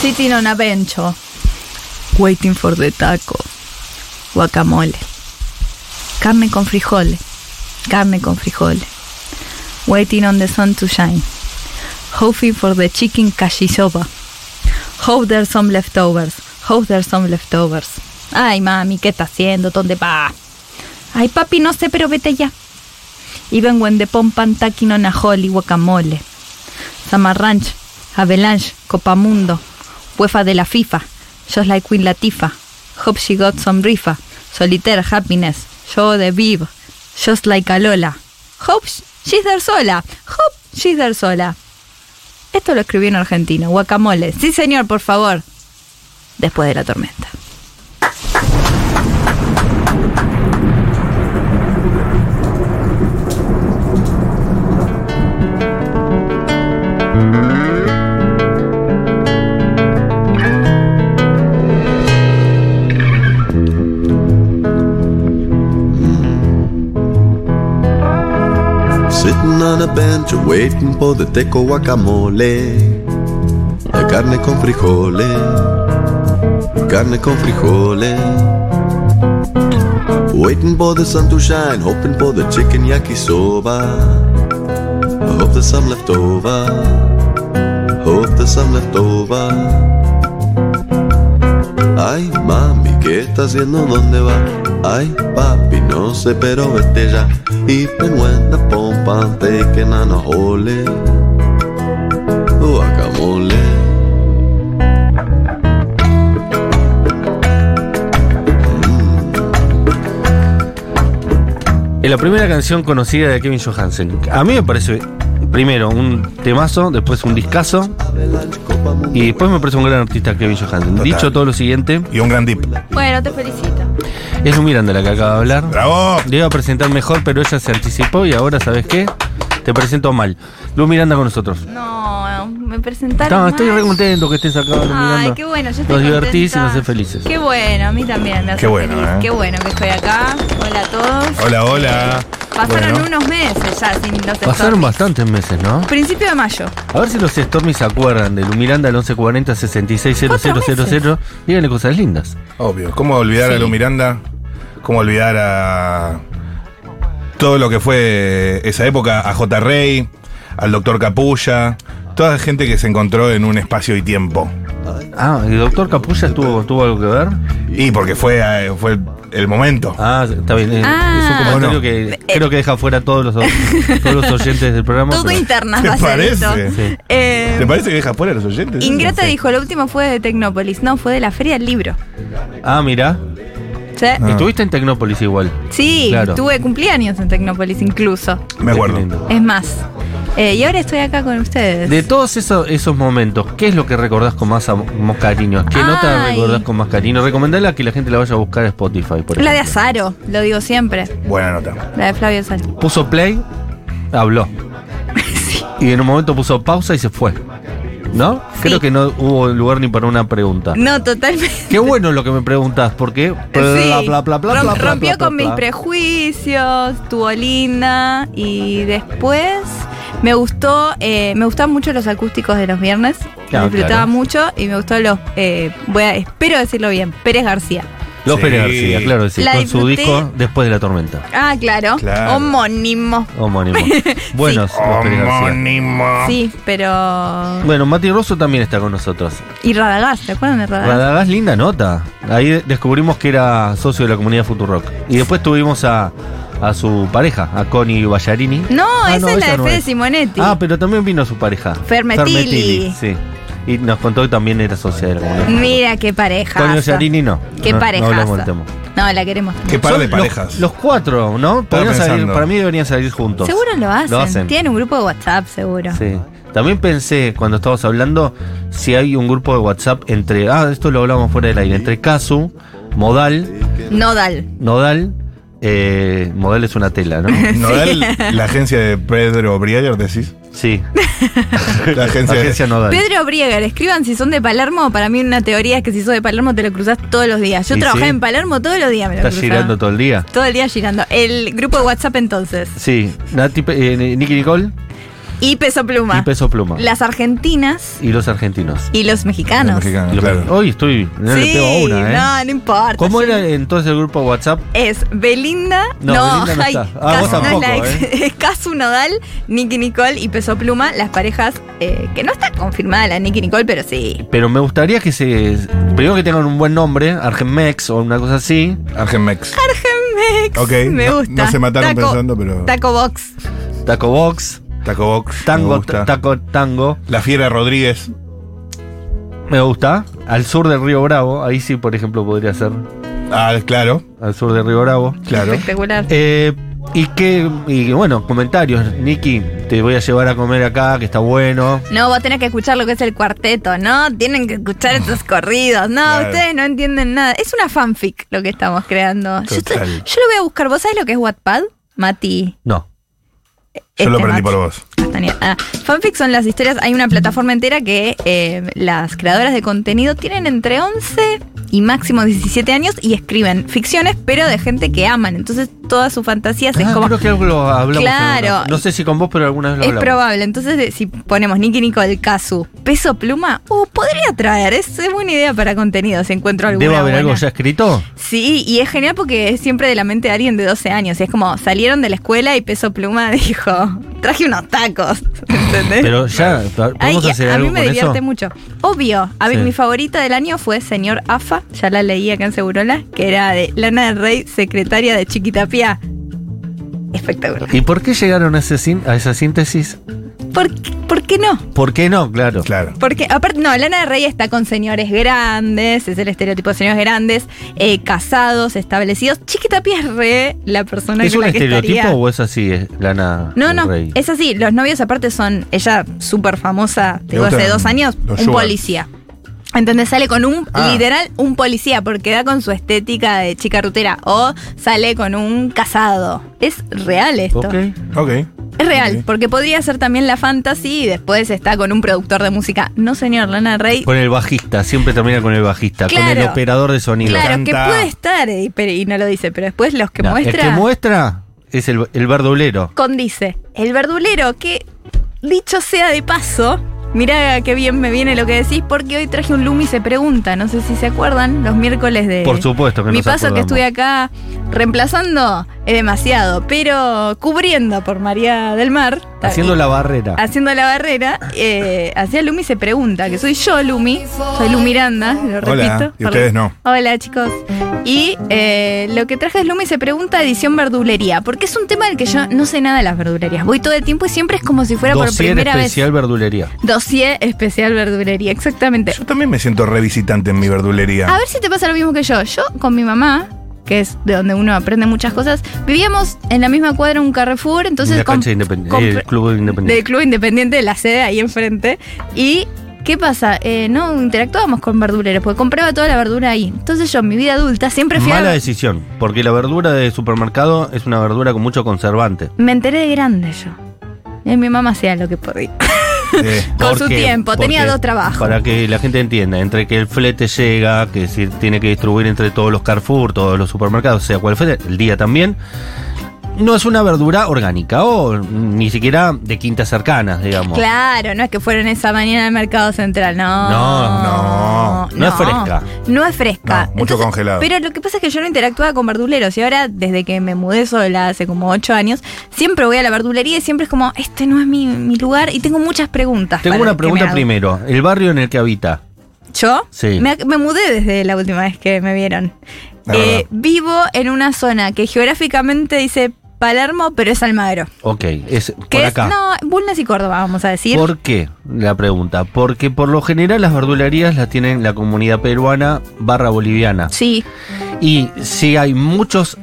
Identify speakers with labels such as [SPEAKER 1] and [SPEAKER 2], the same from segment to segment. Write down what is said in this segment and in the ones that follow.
[SPEAKER 1] Sitting on a bench. Waiting for the taco. Guacamole. Carne con frijoles. Carne con frijoles. Waiting on the sun to shine. Hoping for the chicken kashisoba. Hope there's some leftovers. Hope there's some leftovers. Ay, mami, ¿qué está haciendo? ¿Dónde va? Ay, papi, no sé, pero vete ya. Even when the pompan taquino najoli guacamole. Samarranch, Avalanche, Copamundo, UEFA de la FIFA, Just Like Queen Latifa, Hope She Got Some Rifa, Solitaire Happiness, Yo de Viv, Just Like Alola, Hope She's There Sola, Hope She's There Sola. Esto lo escribió en argentino, guacamole. Sí, señor, por favor. Después de la tormenta.
[SPEAKER 2] Sitting on a bench waiting for the teco guacamole. La carne con frijoles. Carne con frijoles. Waiting for the sun to shine, hoping for the chicken yakisoba. I hope there's some left over. Hope there's some left over. Ay, mami, ¿qué está haciendo? ¿Dónde va? Ay, papi, no sé, pero vete ya. Even when the pomp I'm taking on a hole. Guacamole.
[SPEAKER 3] Es la primera canción conocida de Kevin Johansen. A mí me parece, primero, un temazo, después un discazo, y después me parece un gran artista Kevin Johansen.
[SPEAKER 4] Total.
[SPEAKER 3] Dicho todo lo siguiente,
[SPEAKER 4] Y un gran dip.
[SPEAKER 1] Bueno, te felicito.
[SPEAKER 3] es un Miranda la que acaba de hablar.
[SPEAKER 4] ¡Bravo!
[SPEAKER 3] Le iba a presentar mejor, pero ella se anticipó y ahora, ¿sabes qué? Te presento mal. Lu Miranda con nosotros.
[SPEAKER 1] No, me presentaron.
[SPEAKER 3] Está- estoy
[SPEAKER 1] mal.
[SPEAKER 3] re contento que estés acá, Lu Miranda.
[SPEAKER 1] Ay, qué bueno, yo estoy
[SPEAKER 3] Nos divertís y
[SPEAKER 1] contenta.
[SPEAKER 3] nos haces felices.
[SPEAKER 1] Qué bueno, a mí también me hace
[SPEAKER 4] Qué bueno,
[SPEAKER 1] feliz.
[SPEAKER 4] ¿eh?
[SPEAKER 1] Qué bueno que estoy acá. Hola a todos.
[SPEAKER 4] Hola, hola.
[SPEAKER 1] Pasaron
[SPEAKER 4] Bueno.
[SPEAKER 1] unos meses ya sin los
[SPEAKER 3] Pasaron
[SPEAKER 1] Stormies.
[SPEAKER 3] bastantes meses, ¿no?
[SPEAKER 1] Principio de mayo.
[SPEAKER 3] A ver si los Stormy se acuerdan de Lu Miranda al 1140 660000. Díganle cosas lindas.
[SPEAKER 4] Obvio. ¿Cómo olvidar a Lu Miranda? ¿Cómo olvidar a todo lo que fue esa época? A J. Rey, al doctor Capulla, toda gente que se encontró en un espacio y tiempo.
[SPEAKER 3] Ah, ¿el doctor Capulla estuvo, tuvo algo que ver?
[SPEAKER 4] Y porque fue, eh, fue el momento.
[SPEAKER 3] Ah, está bien. eh,
[SPEAKER 1] Ah.
[SPEAKER 3] es un
[SPEAKER 4] Bueno.
[SPEAKER 3] comentario que creo que deja fuera a todos los, todos los oyentes del programa.
[SPEAKER 1] Todo
[SPEAKER 3] pero-
[SPEAKER 1] internas
[SPEAKER 4] ¿Te
[SPEAKER 1] va a ser esto.
[SPEAKER 4] parece?
[SPEAKER 3] Sí.
[SPEAKER 1] Eh,
[SPEAKER 4] ¿Te parece que deja fuera a los oyentes?
[SPEAKER 1] Ingrata dijo, lo último fue de Tecnópolis. No, fue de la Feria del Libro.
[SPEAKER 3] Ah, mira.
[SPEAKER 1] ¿Sí?
[SPEAKER 4] Ah.
[SPEAKER 3] Estuviste en Tecnópolis igual.
[SPEAKER 1] Sí,
[SPEAKER 3] Claro.
[SPEAKER 1] tuve cumpleaños en Tecnópolis incluso.
[SPEAKER 4] Me acuerdo.
[SPEAKER 3] Qué lindo.
[SPEAKER 1] Es más. eh, y ahora estoy acá con ustedes.
[SPEAKER 3] De todos esos, esos momentos, ¿qué es lo que recordás con más, am- más cariño? ¿Qué nota
[SPEAKER 1] Ay.
[SPEAKER 3] recordás con más cariño? Recomendala que la gente la vaya a buscar a Spotify, por
[SPEAKER 1] la de
[SPEAKER 3] ejemplo.
[SPEAKER 1] Azaro, lo digo siempre.
[SPEAKER 4] Buena nota.
[SPEAKER 1] La de Flavio Sal.
[SPEAKER 3] Puso play, habló. Y en un momento puso pausa y se fue. ¿No?
[SPEAKER 1] Sí.
[SPEAKER 3] Creo que no hubo lugar ni para una pregunta.
[SPEAKER 1] No, totalmente.
[SPEAKER 3] Qué bueno lo que me preguntás, porque.
[SPEAKER 1] Sí.
[SPEAKER 3] bla, bla, bla, bla,
[SPEAKER 1] Rom-
[SPEAKER 3] bla, bla,
[SPEAKER 1] rompió
[SPEAKER 3] bla,
[SPEAKER 1] con
[SPEAKER 3] bla.
[SPEAKER 1] mis prejuicios, estuvo linda y después me gustó, eh, me gustaban mucho los acústicos de los viernes,
[SPEAKER 3] Ah, Claro,
[SPEAKER 1] me disfrutaba
[SPEAKER 3] claro.
[SPEAKER 1] mucho y me gustó los, eh, voy a, espero decirlo bien, Pérez García.
[SPEAKER 3] Los
[SPEAKER 4] Sí.
[SPEAKER 3] Pérez García, claro que sí,
[SPEAKER 1] La
[SPEAKER 3] con su
[SPEAKER 1] disfruté.
[SPEAKER 3] disco Después de la tormenta. Oh,
[SPEAKER 1] Ah, claro,
[SPEAKER 4] Claro.
[SPEAKER 1] homónimo.
[SPEAKER 3] Homónimo. Buenos los Pérez García.
[SPEAKER 4] Homónimo.
[SPEAKER 1] Sí, pero...
[SPEAKER 3] Bueno, Mati Rosso también está con nosotros.
[SPEAKER 1] Y Radagás, ¿se acuerdan de Radagás?
[SPEAKER 3] Radagás, linda nota. Ahí de- descubrimos que era socio de la comunidad Futurock. Y después tuvimos a, a su pareja, a Connie Ballarini.
[SPEAKER 1] No,
[SPEAKER 3] Ah,
[SPEAKER 1] esa es la de
[SPEAKER 3] no
[SPEAKER 1] Fede Simonetti.
[SPEAKER 3] Ah, pero también vino su pareja.
[SPEAKER 1] Fermetili.
[SPEAKER 3] Fermetili, sí. Y nos contó que también era socia de la comunidad. Futurock.
[SPEAKER 1] Mira qué pareja.
[SPEAKER 3] Connie Ballarini no.
[SPEAKER 1] Qué
[SPEAKER 3] No-
[SPEAKER 1] pareja.
[SPEAKER 3] No hablamos del tema.
[SPEAKER 1] no, la queremos.
[SPEAKER 4] Qué par
[SPEAKER 3] Son
[SPEAKER 4] de
[SPEAKER 3] los-
[SPEAKER 4] parejas.
[SPEAKER 3] Los, cuatro, ¿no?
[SPEAKER 4] Estaba
[SPEAKER 3] Podrían salir-
[SPEAKER 4] pensando.
[SPEAKER 3] para mí deberían salir juntos.
[SPEAKER 1] Seguro lo hacen.
[SPEAKER 3] Lo hacen.
[SPEAKER 1] Tienen un grupo de WhatsApp, seguro.
[SPEAKER 3] Sí. También pensé cuando estábamos hablando si hay un grupo de WhatsApp entre. Ah, esto lo hablamos fuera del aire. Entre Casu, Modal,
[SPEAKER 1] Nodal.
[SPEAKER 3] Nodal. eh, modal es una tela, ¿no?
[SPEAKER 4] Nodal, la agencia de Pedro Brieger, decís.
[SPEAKER 3] Sí.
[SPEAKER 4] La agencia,
[SPEAKER 3] Agencia Nodal.
[SPEAKER 1] Pedro Brieger, escriban si son de Palermo. Para mí una teoría es que si sos de Palermo te lo cruzás todos los días. Yo
[SPEAKER 3] Y
[SPEAKER 1] trabajé
[SPEAKER 3] sí.
[SPEAKER 1] en Palermo todos los días, me lo
[SPEAKER 3] Está
[SPEAKER 1] cruzaba.
[SPEAKER 3] girando todo el día.
[SPEAKER 1] Todo el día girando. El grupo de WhatsApp entonces.
[SPEAKER 3] Sí. Nati, Pe- eh, Nicky Nicole.
[SPEAKER 1] Y peso pluma.
[SPEAKER 3] Y peso pluma.
[SPEAKER 1] Las argentinas
[SPEAKER 3] Y los argentinos.
[SPEAKER 1] y los mexicanos.
[SPEAKER 4] Los mexicanos,
[SPEAKER 3] Y los-
[SPEAKER 4] claro.
[SPEAKER 3] Hoy estoy. No le
[SPEAKER 1] sí,
[SPEAKER 3] pego a una, ¿eh?
[SPEAKER 1] no, no importa.
[SPEAKER 3] ¿Cómo
[SPEAKER 1] sí.
[SPEAKER 3] era entonces el grupo WhatsApp?
[SPEAKER 1] Es Belinda,
[SPEAKER 3] No,
[SPEAKER 1] no,
[SPEAKER 3] Belinda no
[SPEAKER 1] ay,
[SPEAKER 3] está. Ah,
[SPEAKER 1] Casu-
[SPEAKER 3] vos
[SPEAKER 1] no es
[SPEAKER 3] tampoco,
[SPEAKER 1] la ex-
[SPEAKER 3] ¿eh?
[SPEAKER 1] es Casu Nodal, Nicky Nicole y Peso Pluma, las parejas eh, que no está confirmada la Nicky Nicole, pero sí.
[SPEAKER 3] Pero me gustaría que se. Primero que tengan un buen nombre, Argenmex o una cosa así.
[SPEAKER 4] Argenmex.
[SPEAKER 1] Mex,
[SPEAKER 4] Ok,
[SPEAKER 1] me
[SPEAKER 4] no-
[SPEAKER 1] gusta.
[SPEAKER 4] no se mataron
[SPEAKER 1] Taco-
[SPEAKER 4] pensando, pero-
[SPEAKER 1] Taco Box,
[SPEAKER 3] Taco Box,
[SPEAKER 4] Taco Box. me
[SPEAKER 3] Tango,
[SPEAKER 4] gusta.
[SPEAKER 3] Taco Tango.
[SPEAKER 4] La Fiera Rodríguez.
[SPEAKER 3] Me gusta. Al sur del Río Bravo. Ahí sí, por ejemplo, podría ser.
[SPEAKER 4] Ah, claro,
[SPEAKER 3] Al sur del Río Bravo.
[SPEAKER 4] claro.
[SPEAKER 1] espectacular.
[SPEAKER 3] Eh, y que. Y bueno, comentarios. Nicky, te voy a llevar a comer acá, que está bueno.
[SPEAKER 1] No, vos tenés que escuchar lo que es el cuarteto, ¿no? Tienen que escuchar estos corridos. No,
[SPEAKER 4] Ah. Claro.
[SPEAKER 1] ustedes no entienden nada. Es una fanfic lo que estamos creando. Yo,
[SPEAKER 4] Total.
[SPEAKER 1] estoy- yo lo voy a buscar. ¿Vos sabés lo que es Wattpad? Mati. este
[SPEAKER 3] No.
[SPEAKER 4] Yo lo
[SPEAKER 1] Mati.
[SPEAKER 4] aprendí por vos.
[SPEAKER 1] Castañeda. Ah, fanfic son las historias. Hay una plataforma entera que eh, las creadoras de contenido tienen entre 11 y máximo 17 años y escriben ficciones, pero de gente que aman. Entonces, todas sus fantasías es
[SPEAKER 3] Ah,
[SPEAKER 1] como.
[SPEAKER 3] Creo que algo lo hablamos. en
[SPEAKER 1] Claro.
[SPEAKER 3] una- No sé si con vos, pero alguna vez lo
[SPEAKER 1] Es
[SPEAKER 3] hablamos.
[SPEAKER 1] probable. Entonces, de- si ponemos Nicky Nicole, Casu, peso pluma, uh, podría traer. Es es buena idea para contenido. Si encuentro alguna.
[SPEAKER 3] ¿Debe haber algo
[SPEAKER 1] buena.
[SPEAKER 3] ya escrito?
[SPEAKER 1] Sí, y es genial porque es siempre de la mente de alguien de 12 años. Y es como salieron de la escuela y peso pluma dijo: traje unos tacos. ¿Entendés?
[SPEAKER 3] Pero ya,
[SPEAKER 1] ¿Eh? Ay,
[SPEAKER 3] ¿podemos hacer
[SPEAKER 1] a
[SPEAKER 3] algo
[SPEAKER 1] mí me
[SPEAKER 3] con
[SPEAKER 1] divierte
[SPEAKER 3] eso?
[SPEAKER 1] mucho. Obvio, a mí
[SPEAKER 3] Sí.
[SPEAKER 1] mi favorita del año fue Señor Afa, ya la leí acá en Segurola, que era de Lana del Rey, secretaria de Chiquitapia. Espectacular.
[SPEAKER 3] ¿Y por qué llegaron a, ese sin- a esa síntesis?
[SPEAKER 1] ¿Por, qué- por qué no?
[SPEAKER 3] ¿Por qué no? Claro.
[SPEAKER 4] Claro.
[SPEAKER 1] Porque, aparte, no, Lana del Rey está con señores grandes, es el estereotipo de señores grandes, eh, casados, establecidos. Chiquitapia es re la persona
[SPEAKER 3] ¿Es
[SPEAKER 1] que
[SPEAKER 3] un
[SPEAKER 1] la que
[SPEAKER 3] estereotipo
[SPEAKER 1] estaría.
[SPEAKER 3] o es así, eh, Lana?
[SPEAKER 1] No,
[SPEAKER 3] del
[SPEAKER 1] no,
[SPEAKER 3] Rey?
[SPEAKER 1] es así. Los novios aparte son, ella súper famosa, te digo,
[SPEAKER 4] Me
[SPEAKER 1] hace
[SPEAKER 4] gustan
[SPEAKER 1] dos años,
[SPEAKER 4] los
[SPEAKER 1] un
[SPEAKER 4] sugar.
[SPEAKER 1] policía. Entonces sale con un,
[SPEAKER 4] Ah.
[SPEAKER 1] literal, un policía, porque da con su estética de chica rutera. O sale con un casado. Es real esto.
[SPEAKER 3] Ok.
[SPEAKER 4] Ok.
[SPEAKER 1] Es real,
[SPEAKER 4] Ok.
[SPEAKER 1] porque podría ser también la fantasy y después está con un productor de música. No, señor, Lana del Rey.
[SPEAKER 3] Con el bajista, siempre termina con el bajista, con el
[SPEAKER 1] Claro.
[SPEAKER 3] operador de sonido.
[SPEAKER 1] claro, que
[SPEAKER 4] Canta.
[SPEAKER 1] puede estar, eh, pero- y no lo dice, pero después los que
[SPEAKER 3] No,
[SPEAKER 1] muestra.
[SPEAKER 3] El que muestra es el, el verdulero.
[SPEAKER 1] condice el verdulero que, dicho sea de paso, mirá qué bien me viene lo que decís, porque hoy traje un Lumi se pregunta, no sé si se acuerdan, los miércoles de...
[SPEAKER 3] Por supuesto que
[SPEAKER 1] Eh, Mi
[SPEAKER 3] nos
[SPEAKER 1] paso que
[SPEAKER 3] acordamos.
[SPEAKER 1] estuve acá reemplazando es demasiado, pero cubriendo por María del Mar.
[SPEAKER 3] Haciendo la barrera.
[SPEAKER 1] Haciendo la barrera, eh, hacía Lumi se pregunta, que soy yo Lumi, soy Lu Miranda, lo repito.
[SPEAKER 4] Hola, y
[SPEAKER 1] perdón.
[SPEAKER 4] ustedes no.
[SPEAKER 1] Hola chicos. Y eh, lo que traje es Lumi se pregunta edición verdulería, porque es un tema del que yo no sé nada de las verdulerías. Voy todo el tiempo y siempre es como si fuera por
[SPEAKER 3] Dossier
[SPEAKER 1] primera
[SPEAKER 3] especial verdulería.
[SPEAKER 1] vez. Dossier especial verdulería, exactamente.
[SPEAKER 4] Yo también me siento revisitante en mi verdulería.
[SPEAKER 1] A ver si te pasa lo mismo que yo. Yo con mi mamá, que es de donde uno aprende muchas cosas, vivíamos en la misma cuadra un Carrefour, entonces...
[SPEAKER 3] la
[SPEAKER 1] com-
[SPEAKER 3] cancha independiente.
[SPEAKER 1] compr-
[SPEAKER 3] El club
[SPEAKER 1] del
[SPEAKER 3] independiente.
[SPEAKER 1] Club Independiente de la sede ahí enfrente. Y, ¿qué pasa? Eh, no interactuábamos con verduleros, porque compraba toda la verdura ahí. Entonces yo, en mi vida adulta, siempre fui a-
[SPEAKER 3] Mala decisión, porque la verdura de supermercado es una verdura con mucho conservante.
[SPEAKER 1] Me enteré de grande yo. Y mi mamá hacía lo que podía.
[SPEAKER 4] Eh,
[SPEAKER 1] Con
[SPEAKER 3] ¿Por
[SPEAKER 1] su
[SPEAKER 3] qué?
[SPEAKER 1] tiempo, tenía
[SPEAKER 3] Porque-
[SPEAKER 1] dos trabajos.
[SPEAKER 3] Para que la gente entienda, entre que el flete llega, que se tiene que distribuir entre todos los Carrefour, todos los supermercados, sea cual fuere, el día también, no es una verdura orgánica o ni siquiera de quintas cercanas, digamos.
[SPEAKER 1] Claro, no es que fueron esa mañana al mercado central, no.
[SPEAKER 3] No,
[SPEAKER 4] no,
[SPEAKER 3] no es fresca.
[SPEAKER 1] No es fresca.
[SPEAKER 4] No, mucho congelado.
[SPEAKER 1] Pero lo que pasa es que yo no interactuaba con verduleros y ahora, desde que me mudé sola hace como ocho años, siempre voy a la verdulería y siempre es como, este no es mi, mi lugar y tengo muchas preguntas.
[SPEAKER 3] Tengo
[SPEAKER 1] para- que
[SPEAKER 3] una
[SPEAKER 1] me
[SPEAKER 3] pregunta
[SPEAKER 1] hago.
[SPEAKER 3] primero. El barrio en el que habita.
[SPEAKER 1] ¿Yo?
[SPEAKER 3] Sí.
[SPEAKER 1] Me, me mudé desde la última vez que me vieron.
[SPEAKER 4] La
[SPEAKER 1] Eh,
[SPEAKER 4] verdad.
[SPEAKER 1] vivo en una zona que geográficamente dice Palermo, pero es Almagro.
[SPEAKER 3] Ok, es
[SPEAKER 1] Que
[SPEAKER 3] por
[SPEAKER 1] es,
[SPEAKER 3] acá.
[SPEAKER 1] no, Bulnes y Córdoba, vamos a decir.
[SPEAKER 3] ¿Por qué? La pregunta. Porque por lo general las verdulerías las tienen la comunidad peruana barra boliviana.
[SPEAKER 1] Sí,
[SPEAKER 3] Y si hay muchos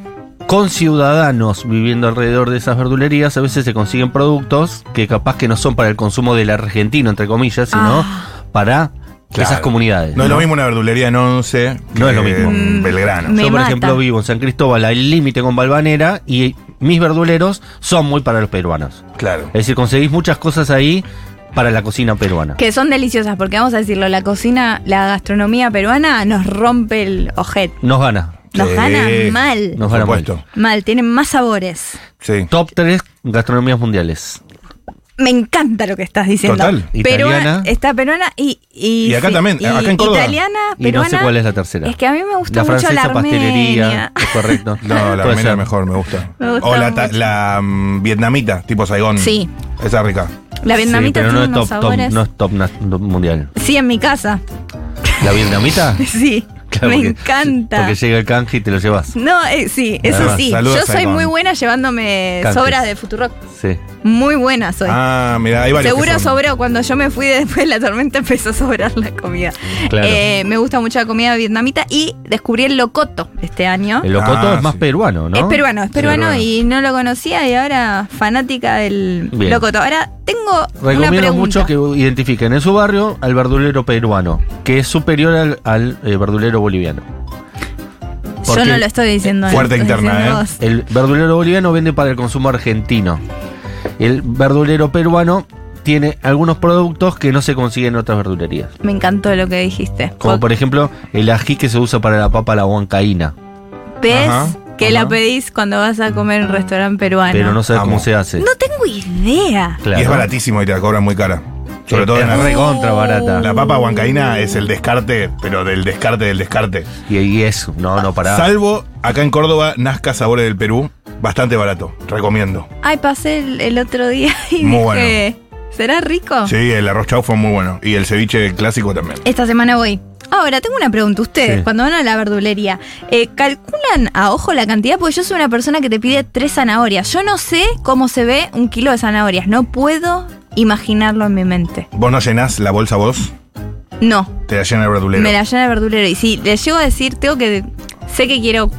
[SPEAKER 3] conciudadanos viviendo alrededor de esas verdulerías, a veces se consiguen productos que capaz que no son para el consumo del argentino, entre comillas, sino
[SPEAKER 1] Ah.
[SPEAKER 3] para
[SPEAKER 4] Claro.
[SPEAKER 3] esas comunidades.
[SPEAKER 4] no es
[SPEAKER 3] ¿no?
[SPEAKER 4] lo mismo una verdulería en Once
[SPEAKER 3] No es lo
[SPEAKER 4] que
[SPEAKER 3] mismo.
[SPEAKER 1] Mm.
[SPEAKER 4] en Belgrano.
[SPEAKER 1] Me
[SPEAKER 3] Yo, por
[SPEAKER 1] mata.
[SPEAKER 3] ejemplo, vivo en San Cristóbal, al límite con Balvanera, y mis verduleros son muy para los peruanos.
[SPEAKER 4] Claro.
[SPEAKER 3] Es decir, conseguís muchas cosas ahí para la cocina peruana.
[SPEAKER 1] que son deliciosas, porque vamos a decirlo, la cocina, la gastronomía peruana nos rompe el ojet.
[SPEAKER 3] Nos gana.
[SPEAKER 1] Nos
[SPEAKER 4] Sí.
[SPEAKER 1] gana mal.
[SPEAKER 3] Nos
[SPEAKER 4] Por
[SPEAKER 3] gana
[SPEAKER 4] supuesto.
[SPEAKER 3] mal.
[SPEAKER 1] Mal, tienen más sabores.
[SPEAKER 4] Sí.
[SPEAKER 3] Top 3 gastronomías mundiales.
[SPEAKER 1] Me encanta lo que estás diciendo.
[SPEAKER 4] Total.
[SPEAKER 3] Italiana.
[SPEAKER 1] Peruana, está peruana y. Y,
[SPEAKER 4] Y acá también, acá en Córdoba.
[SPEAKER 1] Italiana,
[SPEAKER 3] Y
[SPEAKER 1] peruana.
[SPEAKER 3] no sé cuál es la tercera.
[SPEAKER 1] Es que a mí me gusta
[SPEAKER 3] la
[SPEAKER 1] mucho
[SPEAKER 3] francesa
[SPEAKER 1] la
[SPEAKER 3] pastelería.
[SPEAKER 1] armenia.
[SPEAKER 3] Es correcto.
[SPEAKER 4] No, la
[SPEAKER 3] Puede
[SPEAKER 4] armenia
[SPEAKER 3] ser.
[SPEAKER 4] es mejor, me gusta.
[SPEAKER 1] Me gusta
[SPEAKER 4] o la, ta-
[SPEAKER 1] mucho.
[SPEAKER 4] la, mm, vietnamita, tipo Saigón.
[SPEAKER 1] Sí.
[SPEAKER 4] Esa rica.
[SPEAKER 1] La
[SPEAKER 3] Sí,
[SPEAKER 1] vietnamita
[SPEAKER 3] pero
[SPEAKER 1] tiene
[SPEAKER 3] no es
[SPEAKER 1] unos
[SPEAKER 3] top, top,
[SPEAKER 1] sabores.
[SPEAKER 3] no es top na- mundial.
[SPEAKER 1] Sí, en mi casa.
[SPEAKER 3] ¿La vietnamita?
[SPEAKER 1] Sí.
[SPEAKER 3] Claro,
[SPEAKER 1] me
[SPEAKER 3] porque-
[SPEAKER 1] encanta.
[SPEAKER 3] Porque llega el canje y te lo llevas.
[SPEAKER 1] No, eh, sí, eso
[SPEAKER 4] Además,
[SPEAKER 1] sí.
[SPEAKER 4] saludos
[SPEAKER 1] Yo soy
[SPEAKER 4] Saigon.
[SPEAKER 1] muy buena llevándome
[SPEAKER 3] Canjes.
[SPEAKER 1] sobras de Futurock.
[SPEAKER 3] Sí.
[SPEAKER 1] Muy buena soy.
[SPEAKER 4] Ah, mira, hay varios. que
[SPEAKER 1] Seguro
[SPEAKER 4] son.
[SPEAKER 1] sobró. Cuando yo me fui de- después de la tormenta empezó a sobrar la comida.
[SPEAKER 3] Claro.
[SPEAKER 1] Eh, me gusta mucho la comida vietnamita y descubrí el locoto este año.
[SPEAKER 3] El locoto
[SPEAKER 4] Ah,
[SPEAKER 3] es más
[SPEAKER 4] sí.
[SPEAKER 3] peruano, ¿no?
[SPEAKER 1] Es peruano, es
[SPEAKER 4] Sí,
[SPEAKER 1] peruano
[SPEAKER 4] peruano.
[SPEAKER 1] y no lo conocía y ahora fanática del
[SPEAKER 3] Bien.
[SPEAKER 1] locoto. Ahora tengo una
[SPEAKER 3] Recomiendo
[SPEAKER 1] pregunta.
[SPEAKER 3] mucho que identifiquen en su barrio al verdulero peruano, que es superior al, al, eh, verdulero boliviano.
[SPEAKER 1] Yo
[SPEAKER 3] porque-
[SPEAKER 1] no lo estoy diciendo. lo
[SPEAKER 4] Fuerte
[SPEAKER 1] estoy
[SPEAKER 4] interna,
[SPEAKER 1] diciendo
[SPEAKER 4] ¿eh?
[SPEAKER 1] vos.
[SPEAKER 3] El verdulero boliviano vende para el consumo argentino. El verdulero peruano tiene algunos productos que no se consiguen en otras verdulerías.
[SPEAKER 1] Me encantó lo que dijiste.
[SPEAKER 3] Como por ejemplo el ají que se usa para la papa a la huancaína,
[SPEAKER 1] Ves
[SPEAKER 4] Ajá,
[SPEAKER 1] que
[SPEAKER 4] ajá.
[SPEAKER 1] la pedís cuando vas a comer en un restaurante peruano.
[SPEAKER 3] pero no sabes
[SPEAKER 4] Amo.
[SPEAKER 3] cómo se hace.
[SPEAKER 1] Ah, No tengo idea.
[SPEAKER 3] Claro.
[SPEAKER 4] Y es baratísimo y te la cobran muy cara. Sobre
[SPEAKER 3] Es-
[SPEAKER 4] todo en
[SPEAKER 3] es
[SPEAKER 4] la red.
[SPEAKER 3] recontra
[SPEAKER 1] Oh.
[SPEAKER 3] barata.
[SPEAKER 4] La papa huancaína es el descarte, pero del descarte del descarte.
[SPEAKER 3] Y, y eso, no, no, pará.
[SPEAKER 4] Salvo acá en Córdoba, Nazca Sabores del Perú, bastante barato, recomiendo.
[SPEAKER 1] Ay, pasé el, el otro día y
[SPEAKER 4] Muy
[SPEAKER 1] dije, ¿será rico?
[SPEAKER 4] Sí, el arroz chau fue muy bueno. Y el ceviche clásico también.
[SPEAKER 1] Esta semana voy. Ahora, tengo una pregunta. Ustedes,
[SPEAKER 3] Sí.
[SPEAKER 1] cuando van a la verdulería, eh, ¿calculan a ojo la cantidad? Porque yo soy una persona que te pide tres zanahorias. Yo no sé cómo se ve un kilo de zanahorias. No puedo imaginarlo en mi mente.
[SPEAKER 4] ¿Vos no llenás la bolsa vos?
[SPEAKER 1] No,
[SPEAKER 4] Te la llena el verdulero.
[SPEAKER 1] me la llena el verdulero. Y si les llego a decir, tengo que... Sé que quiero